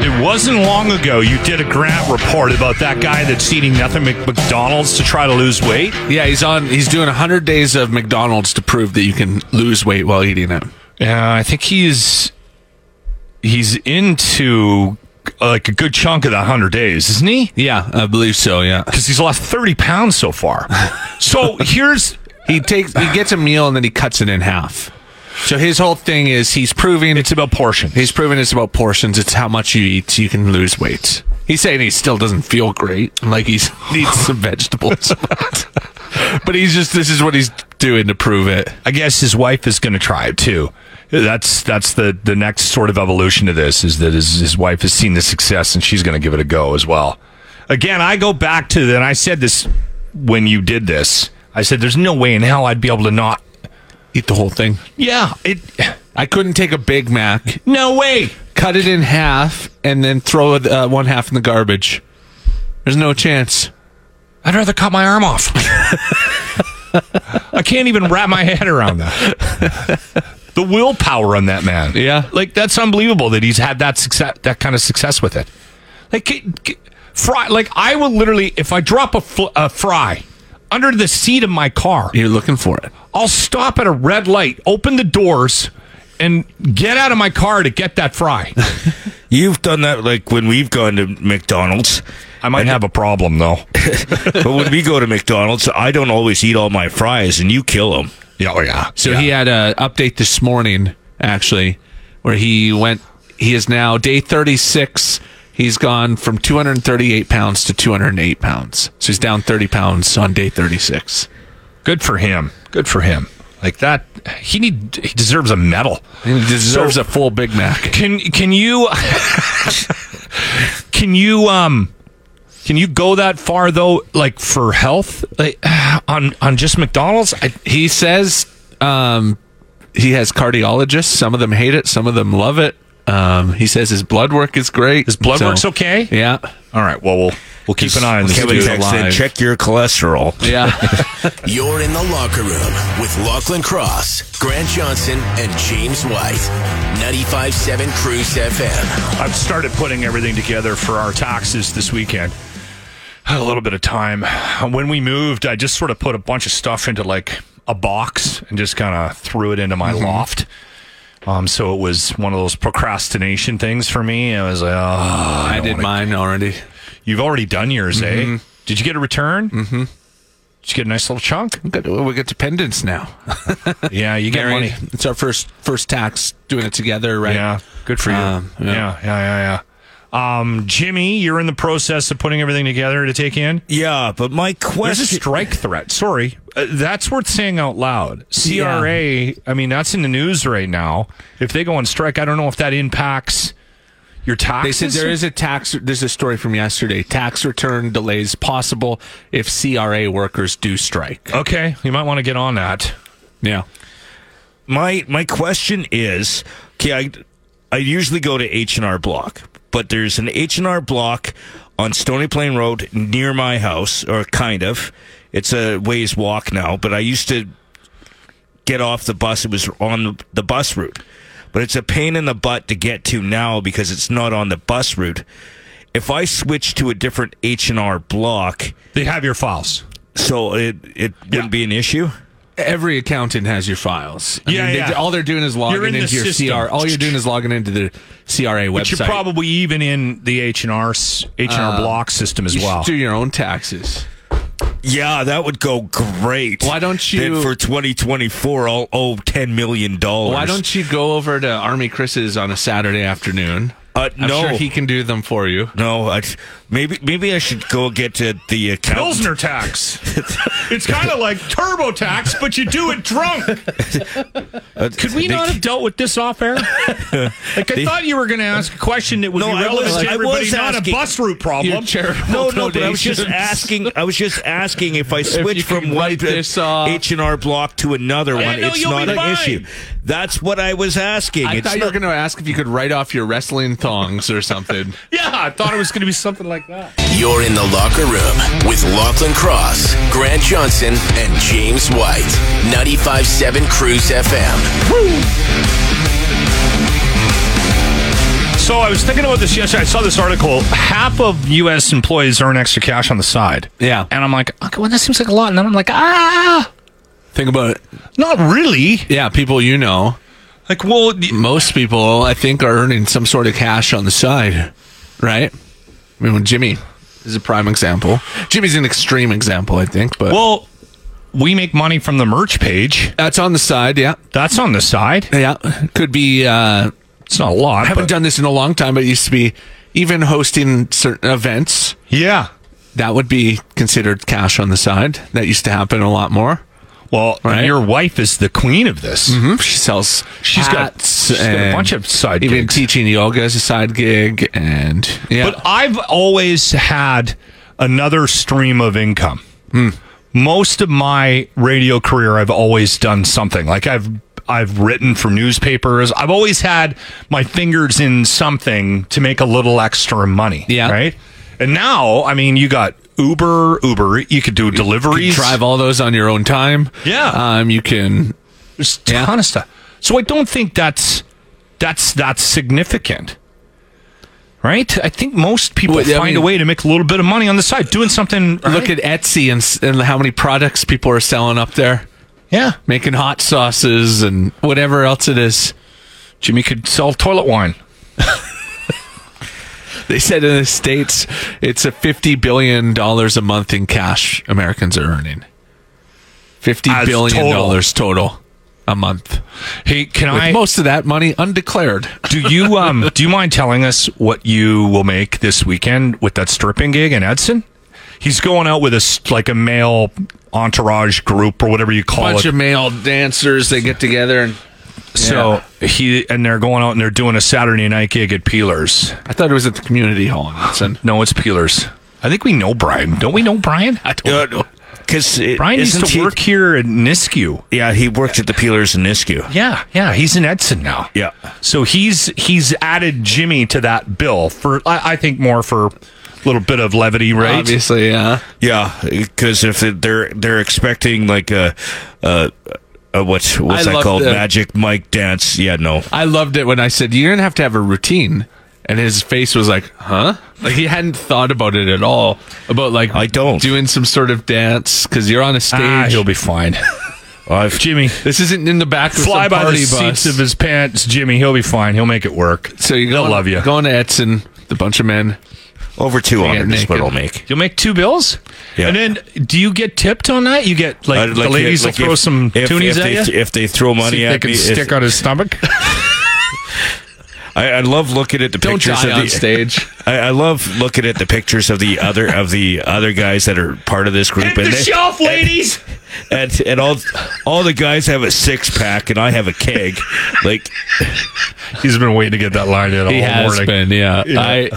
Speaker 5: It wasn't long ago you did a grant report about that guy that's eating nothing but McDonald's to try to lose weight.
Speaker 6: Yeah, he's on. He's doing 100 days of McDonald's to prove that you can lose weight while eating it.
Speaker 5: Yeah, I think he's he's into uh, like a good chunk of the hundred days, isn't he?
Speaker 6: Yeah, I believe so, yeah.
Speaker 5: Because he's lost thirty pounds so far. so here's
Speaker 6: He takes he gets a meal and then he cuts it in half. So his whole thing is he's proving
Speaker 5: it's about portion.
Speaker 6: He's proven it's about portions. It's how much you eat. You can lose weight. He's saying he still doesn't feel great. Like he needs some vegetables. but he's just, this is what he's doing to prove it.
Speaker 5: I guess his wife is going to try it too. That's that's the the next sort of evolution to this is that his, his wife has seen the success and she's going to give it a go as well. Again, I go back to then I said this when you did this. I said there's no way in hell I'd be able to not.
Speaker 6: Eat the whole thing.
Speaker 5: Yeah, it.
Speaker 6: I couldn't take a Big Mac,
Speaker 5: No way.
Speaker 6: cut it in half, and then throw uh, one half in the garbage. There's no chance.
Speaker 5: I'd rather cut my arm off. I can't even wrap my head around that. the willpower on that man.
Speaker 6: Yeah.
Speaker 5: Like that's unbelievable that he's had that success that kind of success with it. Like c- c- fry like I will literally if I drop a, fl- a fry under the seat of my car,
Speaker 6: You're looking for it.
Speaker 5: I'll stop at a red light, open the doors and get out of my car to get that fry.
Speaker 4: You've done that like when we've gone to McDonald's.
Speaker 5: I might have a problem though.
Speaker 4: but when we go to McDonald's, I don't always eat all my fries, and you kill them.
Speaker 5: yeah, oh yeah.
Speaker 6: So he had a update this morning, actually, where he went. He is now day thirty six. He's gone from two hundred thirty eight pounds to two hundred eight pounds. So he's down thirty pounds on day thirty six.
Speaker 5: Good for him. Good for him. Like that, he need he deserves a medal.
Speaker 6: He deserves a full Big Mac.
Speaker 5: Can can you can you um can you go that far though? Like for health, like on on just McDonald's? I,
Speaker 6: He says um, he has cardiologists. Some of them hate it. Some of them love it. Um, he says his blood work is great. His
Speaker 5: blood work's okay?
Speaker 6: Yeah,
Speaker 5: all right. Well, we'll we'll keep an eye on this.
Speaker 4: Kevin
Speaker 5: dude.
Speaker 4: texted,
Speaker 6: alive.
Speaker 4: check your cholesterol.
Speaker 6: yeah.
Speaker 1: You're in the locker room with Lachlan Cross, Grant Johnson, and James White. 95.7 Cruise FM.
Speaker 5: I've started putting everything together for our taxes this weekend. Had a little bit of time. When we moved, I just sort of put a bunch of stuff into like a box and just kind of threw it into my loft. Um, so it was one of those procrastination things for me. I was like, oh,
Speaker 6: I did mine already.
Speaker 5: You've already done yours, eh?
Speaker 6: Mm-hmm.
Speaker 5: Did you get a return? Mm-hmm. Did you get a nice little chunk?
Speaker 6: We got, we got dependents now.
Speaker 5: yeah, you get
Speaker 6: Married.
Speaker 5: money.
Speaker 6: It's our first first tax doing it together, right?
Speaker 5: Yeah, good for you.
Speaker 6: Um,
Speaker 5: yeah, yeah, yeah, yeah. Um, Jimmy, you're in the process of putting everything together to take in.
Speaker 4: Yeah, but my
Speaker 5: There's a
Speaker 4: question.
Speaker 5: strike threat. Sorry. Uh, that's worth saying out loud. CRA, I mean, that's in the news right now. If they go on strike, I don't know if that impacts your
Speaker 6: They
Speaker 5: taxes.
Speaker 6: said there is a tax. There's a story from yesterday. Tax return delays possible if CRA workers do strike.
Speaker 5: Okay, you might want to get on that.
Speaker 6: Yeah,
Speaker 4: my my question is okay i i usually go to h&r block but there's an h&r block on stony plain road near my house or kind of it's a ways walk now but i used to get off the bus it was on the bus route but it's a pain in the butt to get to now because it's not on the bus route if i switch to a different h&r block
Speaker 5: They have your files.
Speaker 4: so it it wouldn't be an issue
Speaker 6: every accountant has your files. I
Speaker 5: Yeah,
Speaker 6: they-
Speaker 5: yeah.
Speaker 6: all they're doing is logging
Speaker 5: You're in the
Speaker 6: into your
Speaker 5: system.
Speaker 6: CR. All you're doing is logging into the CRA
Speaker 5: But
Speaker 6: website. Uh,
Speaker 5: you're probably even in the H&R, s- H&R block system as
Speaker 6: You should
Speaker 5: well.
Speaker 6: do your own taxes.
Speaker 4: Yeah, that would go great.
Speaker 6: Why don't you-
Speaker 4: Then for 2024, I'll owe $10 million.
Speaker 6: Why don't you go over to Army Chris's on a Saturday afternoon?
Speaker 4: Uh,
Speaker 6: I'm
Speaker 4: no,
Speaker 6: sure he can do them for you.
Speaker 4: no. I, maybe maybe I should go get uh, the accountant.
Speaker 5: Pilsner tax. it's kind of like turbo tax, but you do it drunk.
Speaker 4: Uh,
Speaker 2: Could we
Speaker 4: they-
Speaker 2: not have dealt with this off air? like I
Speaker 4: They-
Speaker 2: thought you were going to ask a question that was
Speaker 4: No, I
Speaker 2: irrelevant
Speaker 4: was-
Speaker 2: to
Speaker 4: I
Speaker 2: everybody,
Speaker 4: was
Speaker 2: not
Speaker 4: asking-
Speaker 2: a bus route
Speaker 6: Your
Speaker 2: problem.
Speaker 6: charitable
Speaker 4: No, no, but I was just
Speaker 6: donations.
Speaker 4: asking. I was just asking if I switch
Speaker 6: you
Speaker 4: from
Speaker 6: could
Speaker 4: one
Speaker 6: write this off.
Speaker 4: H and R block to another one,
Speaker 2: know
Speaker 4: it's
Speaker 2: you'll
Speaker 4: not
Speaker 2: be
Speaker 4: an
Speaker 2: fine.
Speaker 4: issue. That's what I was asking.
Speaker 6: I
Speaker 4: it's
Speaker 6: thought you were
Speaker 4: not-
Speaker 6: going to ask if you could write off your wrestling thongs or something.
Speaker 2: Yeah, I thought it was going to be something like that.
Speaker 1: You're in the locker room with Lachlan Cross, Grant Johnson, and James White. 95.7 Cruise FM.
Speaker 5: So I was thinking about this yesterday. I saw this article. Half of U.S. employees earn extra cash on the side.
Speaker 6: Yeah.
Speaker 5: And I'm like, okay,
Speaker 2: Well, that seems like a lot, and then I'm like, ah,
Speaker 6: Think about it.
Speaker 5: not really.
Speaker 6: Yeah, people you know.
Speaker 5: Like, well, y-
Speaker 6: Most people, I think, are earning some sort of cash on the side, right? I mean, when Jimmy is a prime example. Jimmy's an extreme example, I think, but
Speaker 5: well, we make money from the merch page.
Speaker 6: that's on the side. Yeah,
Speaker 5: That's on the side.
Speaker 6: yeah. Could be. Uh,
Speaker 5: It's not a lot.
Speaker 6: I haven't done this in a long time, but it used to be even hosting certain events
Speaker 5: Yeah.
Speaker 6: that would be considered cash on the side. That used to happen a lot more.
Speaker 5: Well,
Speaker 6: Right.
Speaker 5: your wife is the queen of this.
Speaker 6: Hmm? She sells.
Speaker 5: She's got-
Speaker 6: hats
Speaker 5: she's got a
Speaker 6: and
Speaker 5: bunch of side
Speaker 6: Even
Speaker 5: gigs.
Speaker 6: teaching yoga as a side gig, and yeah,
Speaker 5: But I've always had another stream of income.
Speaker 6: Hmm.
Speaker 5: Most of my radio career, I've always done something. Like I've I've written for newspapers. I've always had my fingers in something to make a little extra money.
Speaker 6: Yeah.
Speaker 5: Right. And now, I mean, you got Uber, Uber. You could do
Speaker 6: you
Speaker 5: deliveries.
Speaker 6: can drive all those on your own time.
Speaker 5: Yeah.
Speaker 6: um, you can.
Speaker 5: There's a ton of stuff. So I don't think that's that's that's significant. Right? I think most people
Speaker 6: Well, I
Speaker 5: find a
Speaker 6: mean-
Speaker 5: way to make a little bit of money on the side doing something.
Speaker 6: Look at Etsy and, s- and how many products people are selling up there,
Speaker 5: yeah.
Speaker 6: making hot sauces and whatever else it is.
Speaker 5: Jimmy could sell toilet wine.
Speaker 6: They said in the states, it's a fifty billion dollars a month in cash Americans are earning. Fifty
Speaker 5: As
Speaker 6: billion
Speaker 5: total.
Speaker 6: dollars total a month.
Speaker 5: Hey, can
Speaker 6: With
Speaker 5: I
Speaker 6: most of that money undeclared.
Speaker 5: do you um do you mind telling us what you will make this weekend with that stripping gig in Edson? He's going out with a s- like a male entourage group or whatever you call
Speaker 6: bunch
Speaker 5: it.
Speaker 6: of male dancers they get together and
Speaker 5: so he and they're going out and they're doing a Saturday night gig at Peelers.
Speaker 6: I thought it was at the community hall in Hudson.
Speaker 5: No, it's Peelers. I think we know Brian. Don't we know Brian? I
Speaker 4: Uh, 'cause it-
Speaker 5: Brian used
Speaker 4: isn't
Speaker 5: to
Speaker 4: he-
Speaker 5: work here at Nisku.
Speaker 4: Yeah, he worked at the Peelers in Nisku.
Speaker 5: Yeah, yeah, he's in Edson now.
Speaker 4: Yeah.
Speaker 5: So he's he's added Jimmy to that bill for I, I think more for a little bit of levity, right?
Speaker 6: Obviously, yeah.
Speaker 4: Yeah, because if they're they're expecting like a, a, a what's what's
Speaker 6: I
Speaker 4: that
Speaker 6: love
Speaker 4: called
Speaker 6: the-
Speaker 4: magic mic dance? Yeah, no.
Speaker 6: I loved it when I said you're gonna have to have a routine, and his face was like, "Huh?" Like he hadn't thought about it at all about like
Speaker 4: I don't.
Speaker 6: doing some sort of dance because you're on a stage.
Speaker 5: Ah, he'll be fine.
Speaker 4: I've
Speaker 5: Jimmy,
Speaker 6: this isn't in the back of
Speaker 5: fly
Speaker 6: some
Speaker 5: by the
Speaker 6: party
Speaker 5: seats
Speaker 6: bus.
Speaker 5: of his pants, Jimmy. He'll be fine. He'll make it work.
Speaker 6: so you
Speaker 5: They'll
Speaker 6: go
Speaker 5: love you.
Speaker 6: Going to Edson, the bunch of men.
Speaker 4: over two hundred is
Speaker 6: naked.
Speaker 4: what I'll make.
Speaker 5: You'll make two bills,
Speaker 4: Yeah.
Speaker 5: and then do you get tipped on that? You get like,
Speaker 4: I'd
Speaker 5: the
Speaker 4: like-
Speaker 5: ladies
Speaker 4: like
Speaker 5: will throw
Speaker 4: if-
Speaker 5: some
Speaker 4: if,
Speaker 5: toonies
Speaker 4: if
Speaker 5: at
Speaker 4: they,
Speaker 5: you.
Speaker 4: if they throw money
Speaker 5: See if they
Speaker 4: at
Speaker 5: can
Speaker 4: me. if-
Speaker 5: stick on his stomach.
Speaker 4: I, I love looking at the
Speaker 6: Don't
Speaker 4: pictures
Speaker 6: die
Speaker 4: of
Speaker 6: on
Speaker 4: the,
Speaker 6: stage.
Speaker 4: I, I love looking at the pictures of the other of the other guys that are part of this group.
Speaker 5: Hit the
Speaker 4: they-
Speaker 5: shelf, ladies.
Speaker 4: and, and all all the guys have a six pack and I have a keg. Like
Speaker 5: He's been waiting to get that line in all
Speaker 6: He has
Speaker 5: morning.
Speaker 6: been, yeah. I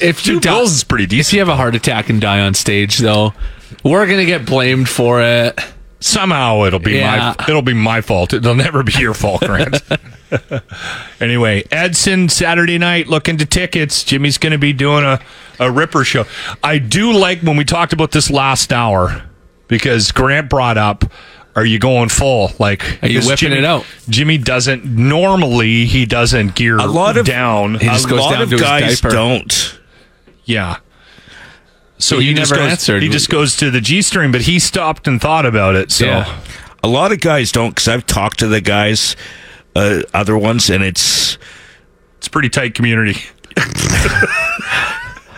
Speaker 6: if you die,
Speaker 5: bills is pretty
Speaker 6: If you have a heart attack and die on stage, though, we're gonna get blamed for it.
Speaker 5: Somehow it'll be
Speaker 6: Yeah.
Speaker 5: my it'll be my fault. It'll never be your fault, Grant. anyway, Edson Saturday night looking to tickets. Jimmy's going to be doing a a ripper show. I do like when we talked about this last hour because Grant brought up. Are you going full? Like
Speaker 6: Are you
Speaker 5: is
Speaker 6: whipping
Speaker 5: Jimmy-
Speaker 6: it out?
Speaker 5: Jimmy doesn't normally. He doesn't gear
Speaker 4: a lot of
Speaker 5: down.
Speaker 6: He just
Speaker 4: a
Speaker 6: goes
Speaker 4: lot
Speaker 6: down
Speaker 4: of
Speaker 6: to his
Speaker 4: guys
Speaker 6: diaper.
Speaker 4: don't.
Speaker 5: Yeah. So
Speaker 6: But
Speaker 5: he
Speaker 6: you
Speaker 5: just
Speaker 6: never
Speaker 5: goes,
Speaker 6: answered.
Speaker 5: He just goes to the G string, but he stopped and thought about it. So
Speaker 6: Yeah.
Speaker 4: A lot of guys don't because I've talked to the guys, uh, other ones, and it's
Speaker 5: it's a pretty tight community.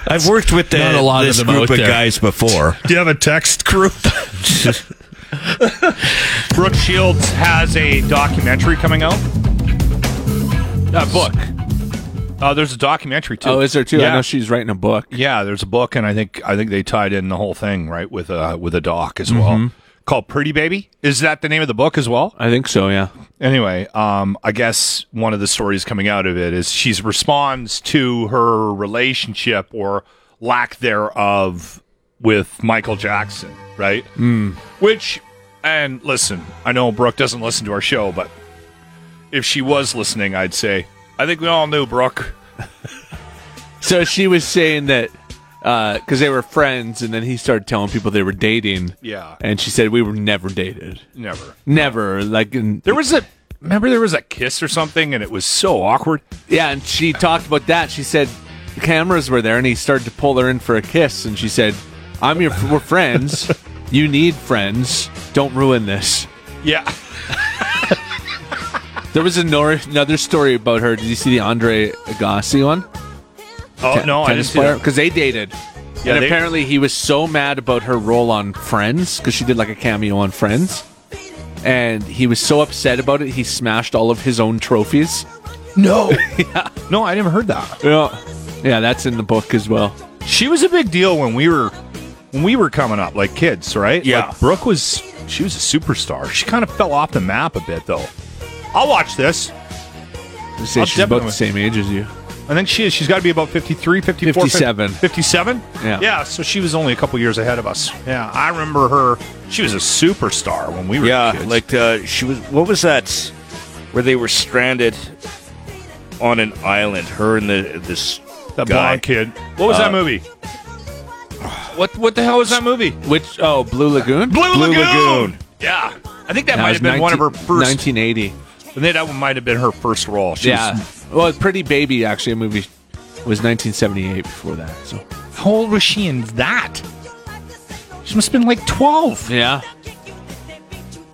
Speaker 4: I've worked with the,
Speaker 6: Not a lot of
Speaker 4: this
Speaker 6: them
Speaker 4: group
Speaker 6: out
Speaker 4: of
Speaker 6: there.
Speaker 4: guys before.
Speaker 5: Do you have a text group? Brooke Shields has a documentary coming out. That book. Uh, there's a documentary too.
Speaker 6: Oh, is there too? I
Speaker 5: Yeah.
Speaker 6: know she's writing a book.
Speaker 5: Yeah, there's a book, and I think I think they tied in the whole thing right with a with a doc as well. Called Pretty Baby. Is that the name of the book as well?
Speaker 6: Mm-hmm. I think so. Yeah.
Speaker 5: Anyway, um, I guess one of the stories coming out of it is she responds to her relationship or lack thereof with Michael Jackson, right?
Speaker 6: Hmm.
Speaker 5: Which, and listen, I know Brooke doesn't listen to our show, but if she was listening, I'd say, I think we all knew Brooke.
Speaker 6: So she was saying that because they were friends, and then he started telling people they were dating.
Speaker 5: Yeah.
Speaker 6: And she said we were never dated.
Speaker 5: Never.
Speaker 6: Never. Like. And,
Speaker 5: There was a, remember there was a kiss or something, and it was so awkward.
Speaker 6: yeah, and she talked about that. She said the cameras were there, and he started to pull her in for a kiss, and she said, "I'm your. We're friends. you need friends. Don't ruin this."
Speaker 5: Yeah.
Speaker 6: There was anor- another story about her. Did you see the Andre Agassi one?
Speaker 5: Oh, no, I didn't see that.
Speaker 6: because they dated.
Speaker 5: Yeah,
Speaker 6: and
Speaker 5: they-
Speaker 6: apparently he was so mad about her role on Friends because she did like a cameo on Friends, and he was so upset about it he smashed all of his own trophies.
Speaker 5: No. No, I never heard that.
Speaker 6: Yeah, yeah, that's in the book as well.
Speaker 5: She was a big deal when we were when we were coming up, like kids, right?
Speaker 4: Yeah.
Speaker 5: Like Brooke was she was a superstar. She kind of fell off the map a bit though. I'll watch this.
Speaker 6: They say
Speaker 5: I'll
Speaker 6: she's about
Speaker 5: Oh, definitely-
Speaker 6: the same age as you.
Speaker 5: I think she is. She's got to be about 53, 54,
Speaker 6: 57.
Speaker 5: 57?
Speaker 6: Yeah.
Speaker 5: Yeah, so she was only a couple years ahead of us. Yeah, I remember her. She was a superstar when we were
Speaker 4: Yeah,
Speaker 5: kids.
Speaker 4: like uh, she was. What was that? Where they were stranded on an island. Her and the this
Speaker 5: that
Speaker 4: guy.
Speaker 5: blonde kid. What was that movie? What what the hell was that movie?
Speaker 6: Which oh, Blue Lagoon.
Speaker 5: Blue,
Speaker 4: Blue
Speaker 5: Lagoon.
Speaker 4: Lagoon.
Speaker 5: Yeah. I think that
Speaker 6: That
Speaker 5: might
Speaker 6: was
Speaker 5: have been one of
Speaker 6: 19-
Speaker 5: her first
Speaker 6: 1980.
Speaker 5: I think that one might have been her first role. She
Speaker 6: yeah.
Speaker 5: was-
Speaker 6: well, Pretty Baby actually a movie was 1978 before that. So
Speaker 5: how old was she in that? She must have been like 12.
Speaker 6: yeah.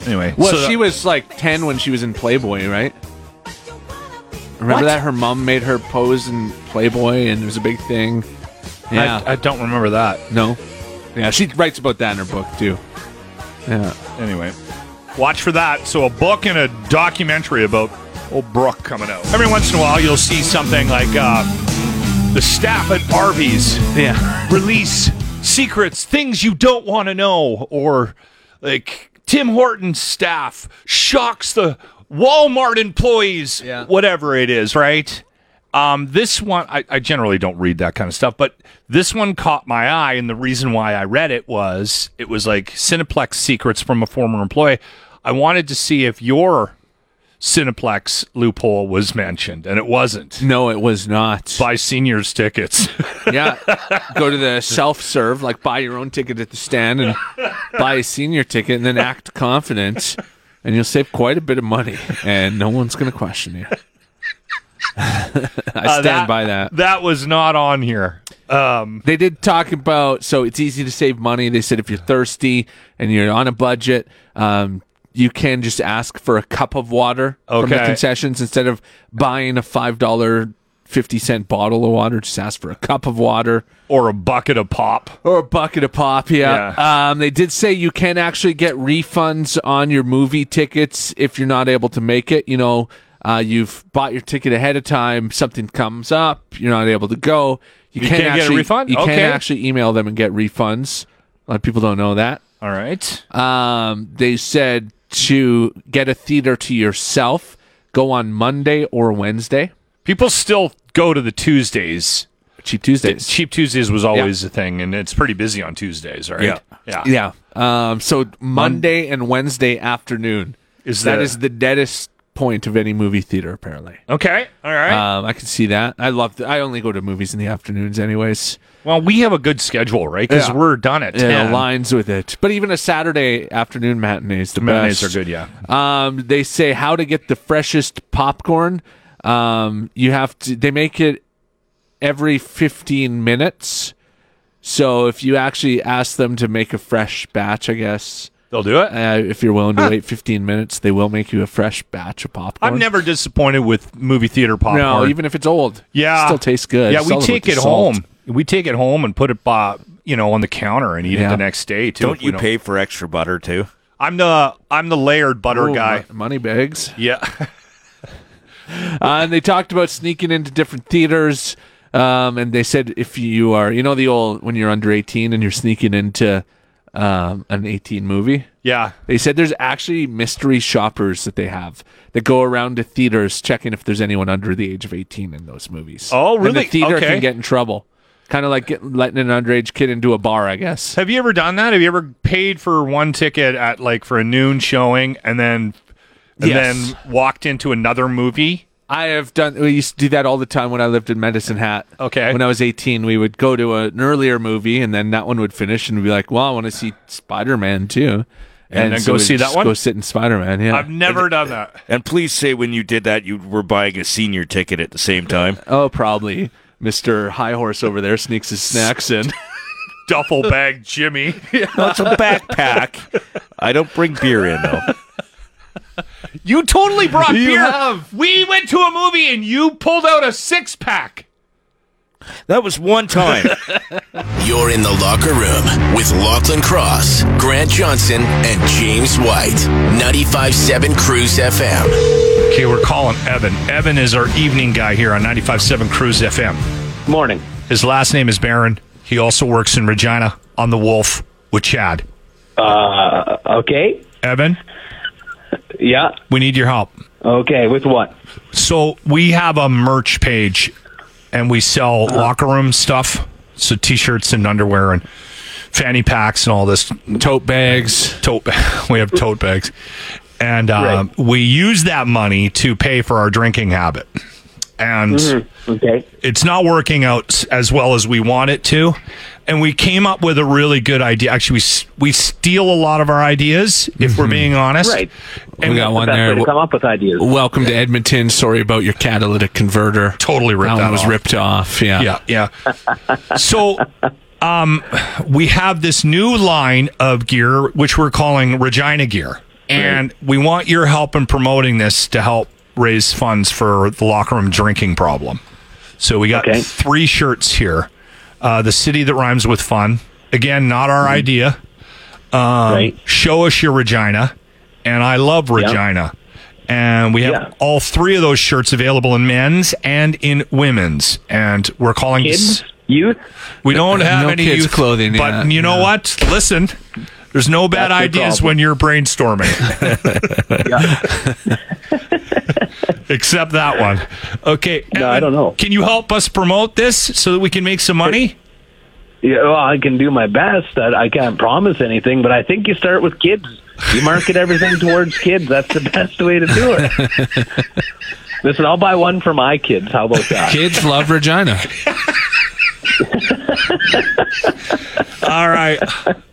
Speaker 5: Anyway.
Speaker 6: Well,
Speaker 5: so
Speaker 6: she
Speaker 5: that-
Speaker 6: was like 10 when she was in Playboy, right? Remember
Speaker 5: What?
Speaker 6: that? Her mom made her pose in Playboy, and it was a big thing. Yeah.
Speaker 5: I, I don't remember that.
Speaker 6: no. Yeah, she writes about that in her book, too. Yeah.
Speaker 5: Anyway. Watch for that. So a book and a documentary about old Brooke coming out. Every once in a while, you'll see something like uh, the staff at Arby's
Speaker 6: Yeah.
Speaker 5: release secrets, things you don't want to know, or like Tim Horton's staff shocks the Walmart employees,
Speaker 6: Yeah.
Speaker 5: whatever it is, right? Um, this one, I, I generally don't read that kind of stuff, but this one caught my eye, and the reason why I read it was it was like Cineplex secrets from a former employee. I wanted to see if your Cineplex loophole was mentioned, and it wasn't.
Speaker 6: No, it was not.
Speaker 5: Buy seniors tickets.
Speaker 6: yeah. Go to the self serve, like buy your own ticket at the stand and buy a senior ticket, and then act confident, and you'll save quite a bit of money, and no one's going to question you. I
Speaker 5: Uh,
Speaker 6: stand by that.
Speaker 5: That was not on here. Um,
Speaker 6: They did talk about so it's easy to save money. They said if you're thirsty and you're on a budget, um, you can just ask for a cup of water from the
Speaker 5: Okay.
Speaker 6: concessions instead of buying a five dollar fifty cent bottle of water. Just ask for a cup of water
Speaker 5: or a bucket of pop.
Speaker 6: or a bucket of pop. Yeah. Um, they did say you can actually get refunds on your movie tickets if you're not able to make it. You know, uh, you've bought your ticket ahead of time. Something comes up, you're not able to go. You,
Speaker 5: You
Speaker 6: can
Speaker 5: can't get a
Speaker 6: actually,
Speaker 5: refund?
Speaker 6: You
Speaker 5: Okay.
Speaker 6: can actually email them and get refunds. A lot of people don't know that.
Speaker 5: All right.
Speaker 6: Um, they said to get a theater to yourself. Go on Monday or Wednesday.
Speaker 5: People still go to the Tuesdays.
Speaker 6: Cheap Tuesdays.
Speaker 5: Cheap Tuesdays was always a thing, and it's pretty busy on Tuesdays, right?
Speaker 4: Yeah.
Speaker 5: Yeah.
Speaker 6: Yeah. Um, so Monday and Wednesday afternoon
Speaker 5: Is
Speaker 6: that
Speaker 5: the-
Speaker 6: is the deadest point of any movie theater apparently.
Speaker 5: Okay. All right.
Speaker 6: Um, I can see that. I love. th- I only go to movies in the afternoons, anyways.
Speaker 5: well, we have a good schedule, right? Because
Speaker 6: Yeah.
Speaker 5: we're done at
Speaker 6: It
Speaker 5: 10.
Speaker 6: aligns with it. But even a Saturday afternoon matinee is the
Speaker 5: Matinees
Speaker 6: best.
Speaker 5: are good, yeah.
Speaker 6: Um, they say how to get the freshest popcorn. Um, you have to. They make it every 15 minutes. So if you actually ask them to make a fresh batch, I guess
Speaker 5: They'll do it.
Speaker 6: uh, if you're willing to wait 15 minutes, they will make you a fresh batch of popcorn.
Speaker 5: I'm never disappointed with movie theater popcorn.
Speaker 6: No, even if it's old,
Speaker 5: yeah,
Speaker 6: it still tastes good.
Speaker 5: Yeah,
Speaker 6: It's
Speaker 5: we
Speaker 6: all about
Speaker 5: take
Speaker 6: the
Speaker 5: it
Speaker 6: salt.
Speaker 5: home. We take it home and put it, by, you know, on the counter and eat it
Speaker 6: Yeah.
Speaker 5: the next day too.
Speaker 4: Don't
Speaker 5: if we
Speaker 4: you pay for extra butter too?
Speaker 5: I'm the I'm the layered butter
Speaker 6: Oh,
Speaker 5: guy.
Speaker 6: mon- money bags.
Speaker 5: Yeah.
Speaker 6: Uh, and they talked about sneaking into different theaters. Um, and they said if you are, you know, the old when you're under 18 and you're sneaking into um, an 18 movie.
Speaker 5: Yeah.
Speaker 6: They said there's actually mystery shoppers that they have that go around to theaters checking if there's anyone under the age of 18 in those movies.
Speaker 5: Oh,
Speaker 6: And the
Speaker 5: really?
Speaker 6: theater
Speaker 5: Okay.
Speaker 6: can get in trouble. Kind of like get, letting an underage kid into a bar, I guess.
Speaker 5: Have you ever done that? Have you ever paid for one ticket at like for a noon showing and then and
Speaker 6: Yes.
Speaker 5: then walked into another movie?
Speaker 6: I have done. We used to do that all the time when I lived in Medicine Hat.
Speaker 5: Okay.
Speaker 6: When I was 18, we would go to an earlier movie, and then that one would finish, and we'd be like, "Well, I want to see Spider Man too," and,
Speaker 5: then go
Speaker 6: we'd
Speaker 5: see that
Speaker 6: just
Speaker 5: one?
Speaker 6: Go sit in Spider Man. Yeah.
Speaker 5: I've never done that.
Speaker 4: And please say when you did that, you were buying a senior ticket at the same time.
Speaker 6: oh, probably Mr. High Horse over there sneaks his snacks in.
Speaker 5: Duffel bag Jimmy.
Speaker 4: no, it's a backpack. I don't bring beer in though.
Speaker 5: You totally brought
Speaker 6: You
Speaker 5: beer.
Speaker 6: have.
Speaker 5: We went to a movie and you pulled out a six pack.
Speaker 4: That was one time.
Speaker 1: You're in the locker room with Lachlan Cross, Grant Johnson, and James White. 95.7 Cruise FM.
Speaker 5: Okay, we're calling Evan. Evan is our evening guy here on 95.7 Cruise FM.
Speaker 7: Morning.
Speaker 5: His last name is Barron. He also works in Regina on The Wolf with Chad.
Speaker 7: Okay.
Speaker 5: Evan,
Speaker 7: Yeah.
Speaker 5: we need your help.
Speaker 7: Okay. With what?
Speaker 5: So we have a merch page, and we sell
Speaker 6: Uh-huh.
Speaker 5: locker room stuff, so t-shirts and underwear and fanny packs and all this
Speaker 6: Tote bags.
Speaker 5: tote. we have tote bags, and uh, we use that money to pay for our drinking habit, and
Speaker 6: Mm-hmm.
Speaker 7: Okay.
Speaker 5: it's not working out s- as well as we want it to. And we came up with a really good idea. Actually, we s- we steal a lot of our ideas if
Speaker 6: Mm-hmm.
Speaker 5: we're being honest.
Speaker 7: Right.
Speaker 5: And
Speaker 6: we got one
Speaker 7: Best
Speaker 6: there.
Speaker 7: way to come up with ideas.
Speaker 6: Welcome to Edmonton. Sorry about your catalytic converter.
Speaker 5: Totally ripped
Speaker 6: that, one
Speaker 5: that
Speaker 6: was
Speaker 5: off.
Speaker 6: ripped off. Yeah.
Speaker 5: Yeah, yeah. so um, we have this new line of gear, which we're calling Regina Gear. And we want your help in promoting this to help raise funds for the locker room drinking problem. So we got
Speaker 7: Okay.
Speaker 5: three shirts here. Uh, the city that rhymes with fun. Again, not
Speaker 7: Mm-hmm.
Speaker 5: our idea.
Speaker 7: right.
Speaker 5: Show us your Regina. And I love Regina. And we have
Speaker 7: Yeah.
Speaker 5: all three of those shirts available in men's and in women's. And we're calling
Speaker 7: Kids,
Speaker 5: this
Speaker 7: youth.
Speaker 5: we don't have
Speaker 6: No
Speaker 5: any
Speaker 6: kids'
Speaker 5: youth
Speaker 6: clothing,
Speaker 5: but
Speaker 6: yeah,
Speaker 5: you know
Speaker 6: yeah.
Speaker 5: what? Listen, there's no
Speaker 7: That's
Speaker 5: bad
Speaker 7: your
Speaker 5: ideas
Speaker 7: problem.
Speaker 5: when you're brainstorming,
Speaker 7: Yeah.
Speaker 5: except that one. Okay,
Speaker 7: No, I
Speaker 5: Evan,
Speaker 7: don't know.
Speaker 5: Can you help us promote this so that we can make some money?
Speaker 7: yeah. Well, I can do my best. I, I can't promise anything, but I think you start with kids. You market everything towards kids. That's the best way to do it. Listen, I'll buy one for my kids. How about that?
Speaker 6: Kids love Regina.
Speaker 5: All right,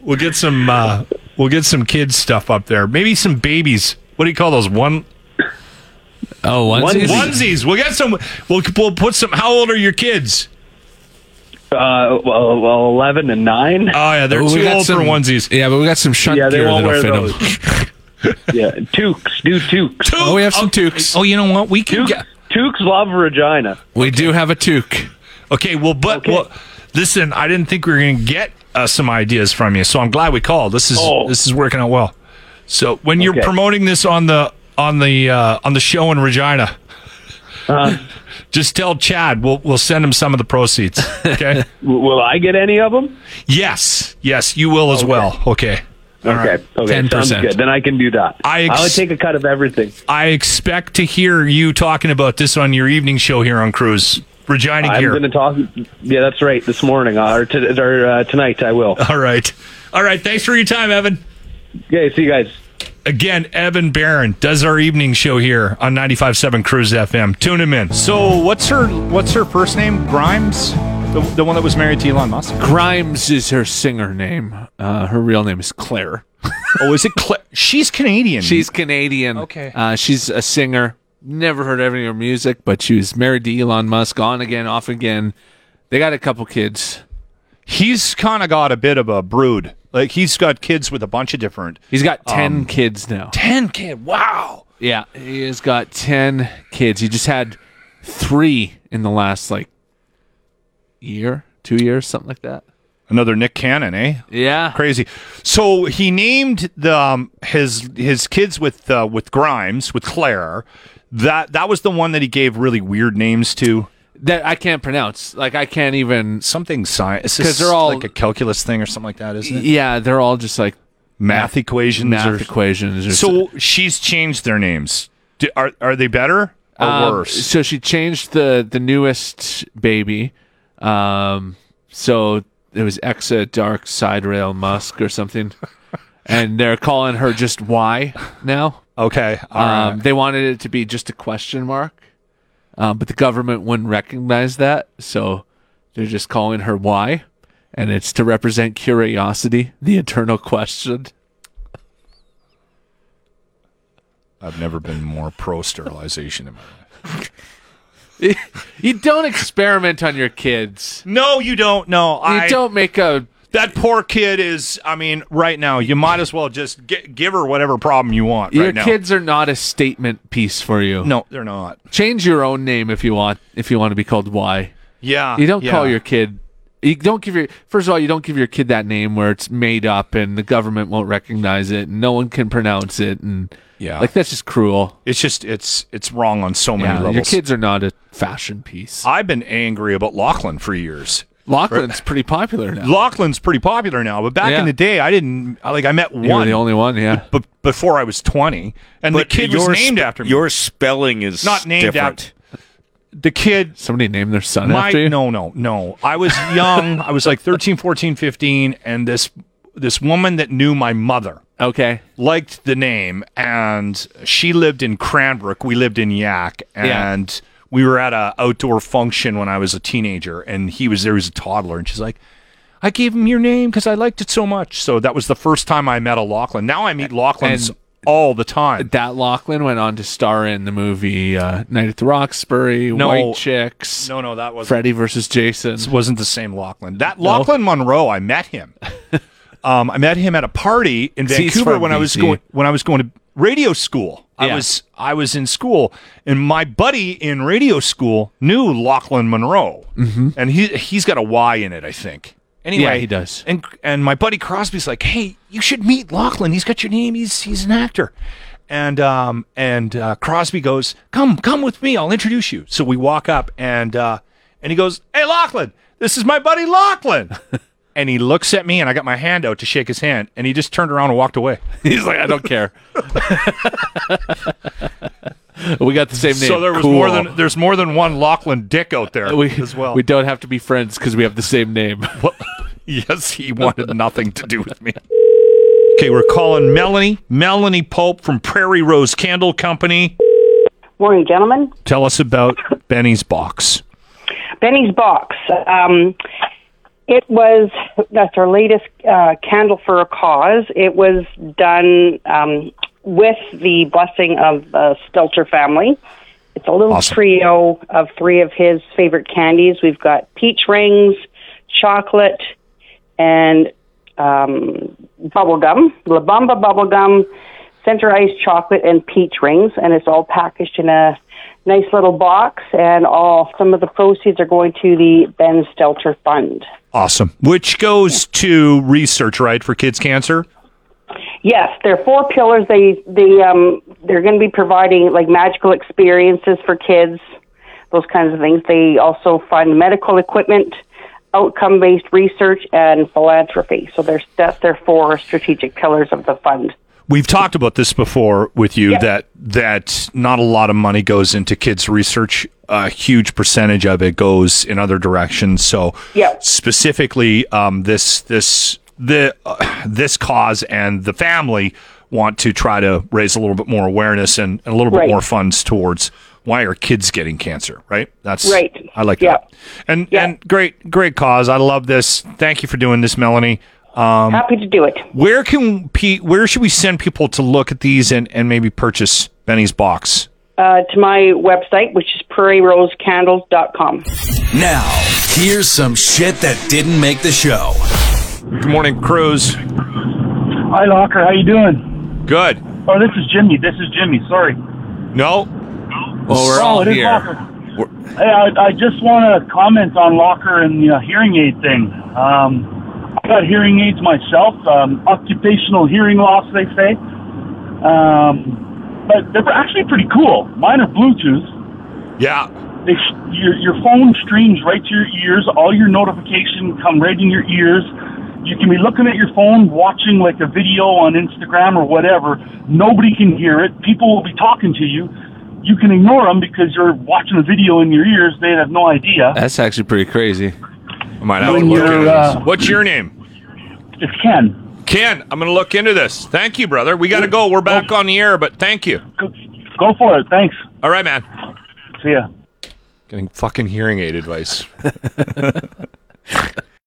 Speaker 5: we'll get some uh, we'll get some kids stuff up there. Maybe some babies. What do you call those? One
Speaker 6: Oh, onesies?
Speaker 5: onesies. We'll get some. We'll we'll put some. How old are your kids?
Speaker 7: Uh, well, well, eleven and nine.
Speaker 5: Oh yeah, they're
Speaker 6: Well, we
Speaker 5: too
Speaker 6: got
Speaker 5: old
Speaker 6: some-
Speaker 5: for onesies.
Speaker 6: Yeah, but we got some shunt
Speaker 7: yeah, they
Speaker 6: gear
Speaker 7: won't
Speaker 6: that'll
Speaker 7: wear
Speaker 6: fit 'em.
Speaker 7: those. yeah, toques. Do toques.
Speaker 6: Oh, we have some toques.
Speaker 5: Oh, you know what? We can. Get,
Speaker 7: Toques love Regina.
Speaker 6: We do have a toque.
Speaker 5: Okay, well, but well, listen, I didn't think we were going to get uh, some ideas from you, so I'm glad we called. This is
Speaker 7: Oh.
Speaker 5: this is working out well. So when you're
Speaker 7: Okay.
Speaker 5: promoting this on the on the uh, on the show in Regina,
Speaker 7: Uh-huh.
Speaker 5: just tell Chad we'll we'll send him some of the proceeds. Okay.
Speaker 7: W- will I get any of them?
Speaker 5: yes, yes, you will as well. Okay.
Speaker 7: Okay. Okay.
Speaker 6: 10%.
Speaker 7: Sounds good. Then I can do that.
Speaker 5: I ex-
Speaker 7: I would take a cut of everything.
Speaker 5: I expect to hear you talking about this on your evening show here on Cruise Regina
Speaker 7: I'm
Speaker 5: Gear.
Speaker 7: going to talk. Yeah, that's right. This morning or, to, or uh, tonight, I will.
Speaker 5: All right, all right. Thanks for your time, Evan.
Speaker 7: Okay. See you guys.
Speaker 5: Again, Evan Barron does our evening show here on 95.7 Cruise FM. Tune him in.
Speaker 8: So what's her what's her first name? Grimes, the, the one that was married to Elon Musk.
Speaker 6: Grimes is her singer name. Uh, her real name is Claire.
Speaker 8: Oh, is it? Cla- She's Canadian.
Speaker 6: She's
Speaker 7: Mm-hmm.
Speaker 6: Canadian.
Speaker 8: Okay.
Speaker 6: Uh, she's a singer. Never heard of any of her music, but she was married to Elon Musk, on again, off again. They got a couple kids.
Speaker 8: he's kind of got a bit of a brood. Like he's got kids with a bunch of different.
Speaker 6: He's
Speaker 7: Um,
Speaker 6: got 10 kids now.
Speaker 8: Ten kid. Wow.
Speaker 6: Yeah, he has got 10 kids. He just had three in the last, like, year, two years, something like that.
Speaker 8: Another Nick Cannon, eh?
Speaker 6: Yeah.
Speaker 8: Crazy. So he named the um, his his kids with uh, with Grimes with Claire.
Speaker 5: That that was the one that he gave really weird names to.
Speaker 6: that I can't pronounce. Like I can't even.
Speaker 5: Something science
Speaker 6: 'Cause they're all-
Speaker 5: like a calculus thing or something like that, isn't it?
Speaker 6: Yeah, they're all just like
Speaker 5: Math equations.
Speaker 6: math
Speaker 5: or,
Speaker 6: equations. Or
Speaker 5: So she's changed their names. Do, are are they better or
Speaker 6: Um,
Speaker 5: worse?
Speaker 6: So she changed the the newest baby. Um, so it was Exa Dark Side Rail Musk or something, and they're calling her just Y now.
Speaker 5: Okay. all right.
Speaker 6: Um, They wanted it to be just a question mark, um, but the government wouldn't recognize that, so they're just calling her Y, and it's to represent curiosity, the eternal question.
Speaker 5: I've never been more pro sterilization in my life.
Speaker 6: You don't experiment on your kids. You
Speaker 5: No, you don't. No, I
Speaker 6: don't make a
Speaker 5: That poor kid is. I mean, right now, you might as well just gi- give her whatever problem you want.
Speaker 6: Your
Speaker 5: right now.
Speaker 6: kids are not a statement piece for you.
Speaker 5: No, they're not.
Speaker 6: Change your own name if you want. If you want to be called Y,
Speaker 5: Yeah,
Speaker 6: you don't call
Speaker 5: yeah.
Speaker 6: your kid. You don't give your first of all. You don't give your kid that name where it's made up and the government won't recognize it and no one can pronounce it and
Speaker 5: Yeah.
Speaker 6: like that's just cruel.
Speaker 5: It's just it's it's wrong on so many
Speaker 6: Yeah,
Speaker 5: levels.
Speaker 6: your kids are not a fashion piece.
Speaker 5: I've been angry about Lachlan for years.
Speaker 6: Lachlan's pretty popular now.
Speaker 5: Lachlan's pretty popular now, but back
Speaker 6: Yeah.
Speaker 5: in the day, I didn't. I- Like I met
Speaker 6: You're
Speaker 5: one,
Speaker 6: the only one. Yeah,
Speaker 5: but before I was twenty, and the kid was
Speaker 4: your
Speaker 5: named
Speaker 4: sp-
Speaker 5: after me.
Speaker 4: Your spelling is
Speaker 5: Not named
Speaker 4: different.
Speaker 5: the kid
Speaker 6: somebody named their son
Speaker 5: my
Speaker 6: after you.
Speaker 5: no no no i was young i was like 13 14 15 and this this woman that knew my mother
Speaker 6: Okay.
Speaker 5: liked the name and she lived in cranbrook we lived in yak
Speaker 6: Yeah.
Speaker 5: and we were at a outdoor function when i was a teenager and he was there as a toddler and she's like i gave him your name because i liked it so much so that was the first time i met a lachlan now i meet lachlan's
Speaker 6: And-
Speaker 5: all the time
Speaker 6: That Lachlan went on to star in the movie uh, Night at the Roxbury,
Speaker 5: No.
Speaker 6: White Chicks,
Speaker 5: no no that wasn't
Speaker 6: Freddy versus Jason.
Speaker 5: wasn't the same Lachlan. That Lachlan Monroe, I met him. um, I met him at a party in
Speaker 6: He's
Speaker 5: Vancouver
Speaker 6: from
Speaker 5: when I was
Speaker 6: BC.
Speaker 5: going when I was going to radio school. I
Speaker 6: Yeah.
Speaker 5: was I was in school, and my buddy in radio school knew Lachlan Monroe, and he he's got a Y in it, I think. Anyway,
Speaker 6: Mm-hmm. Yeah, he does.
Speaker 5: And and my buddy Crosby's like, hey, you should meet Lachlan. He's got your name. He's he's an actor. And um and uh, Crosby goes, come come with me. I'll introduce you. So we walk up and uh, and he goes, hey Lachlan, this is my buddy Lachlan. and he looks at me and I got my hand out to shake his hand and he just turned around and walked away.
Speaker 6: He's like, I don't care. we got the same name.
Speaker 5: So there was
Speaker 6: Cool.
Speaker 5: more than there's more than one Lachlan Dick out there
Speaker 6: we,
Speaker 5: as well.
Speaker 6: We don't have to be friends because we have the same name.
Speaker 5: yes, he wanted nothing to do with me. Okay, we're calling Melanie, Melanie Pope from Prairie Rose Candle Company.
Speaker 9: Morning, gentlemen.
Speaker 5: Tell us about Benny's box.
Speaker 9: Benny's box. Um, it was that's our latest uh, candle for a cause. It was done um, with the blessing of the Stelter family. It's a little trio of three of his favorite candies. We've got peach rings, chocolate, and um, bubble gum, La Bamba bubble gum, center ice chocolate, and peach rings, and it's all packaged in a nice little box. And all some of the proceeds are going to the Ben Stelter Fund.
Speaker 5: Awesome. Which goes to research, right, for kids' cancer?
Speaker 9: Yes, there are four pillars. They they um they're going to be providing like magical experiences for kids, those kinds of things. They also fund medical equipment, outcome based research, and philanthropy. So there's that's their four strategic pillars of the fund.
Speaker 5: We've talked about this before with you that that not a lot of money goes into kids' research. A huge percentage of it goes in other directions. So,
Speaker 9: Yeah.
Speaker 5: specifically, um, this this the uh, this cause and the family want to try to raise a little bit more awareness and, and a little bit
Speaker 9: Right.
Speaker 5: more funds towards why are kids getting cancer? Right. That's
Speaker 9: Right.
Speaker 5: I like
Speaker 9: Yeah.
Speaker 5: that. And
Speaker 9: Yeah.
Speaker 5: and great great cause. I love this. Thank you for doing this, Melanie.
Speaker 9: Happy to do it.
Speaker 5: Where can Pete? Where should we send people to look at these and, and maybe purchase Benny's box?
Speaker 9: Uh, to my website, which is prairierosecandles.com.
Speaker 1: Now, here's some shit that didn't make the show.
Speaker 5: Good morning, Cruz.
Speaker 7: Hi, Locker. How you doing?
Speaker 5: Good.
Speaker 7: Oh, this is Jimmy. This is Jimmy. Sorry.
Speaker 5: No.
Speaker 6: well, we're
Speaker 7: Oh,
Speaker 6: all
Speaker 7: it is
Speaker 6: here.
Speaker 7: Locker. Hey, I, I just want to comment on Locker and the uh, hearing aid thing. Um, I got hearing aids myself. Um, occupational hearing loss, they say. Um,
Speaker 4: but they're actually pretty cool. Mine are Bluetooth.
Speaker 5: Yeah.
Speaker 4: They, your, your phone streams right to your ears. All your notification come right in your ears. You can be looking at your phone, watching like a video on Instagram or whatever. Nobody can hear it. People will be talking to you. You can ignore them because you're watching a video in your ears. They have no idea.
Speaker 6: That's actually pretty crazy.
Speaker 5: I might have to
Speaker 4: When
Speaker 5: look
Speaker 4: you're,
Speaker 5: into
Speaker 4: uh,
Speaker 5: this. What's your name?
Speaker 4: It's Ken.
Speaker 5: Ken, I'm going to look into this. Thank you, brother. We got to go. We're back
Speaker 7: Oh.
Speaker 5: on the air, but thank you.
Speaker 4: Go, go for it. Thanks.
Speaker 5: All right, man.
Speaker 4: See ya.
Speaker 5: Getting fucking hearing aid advice.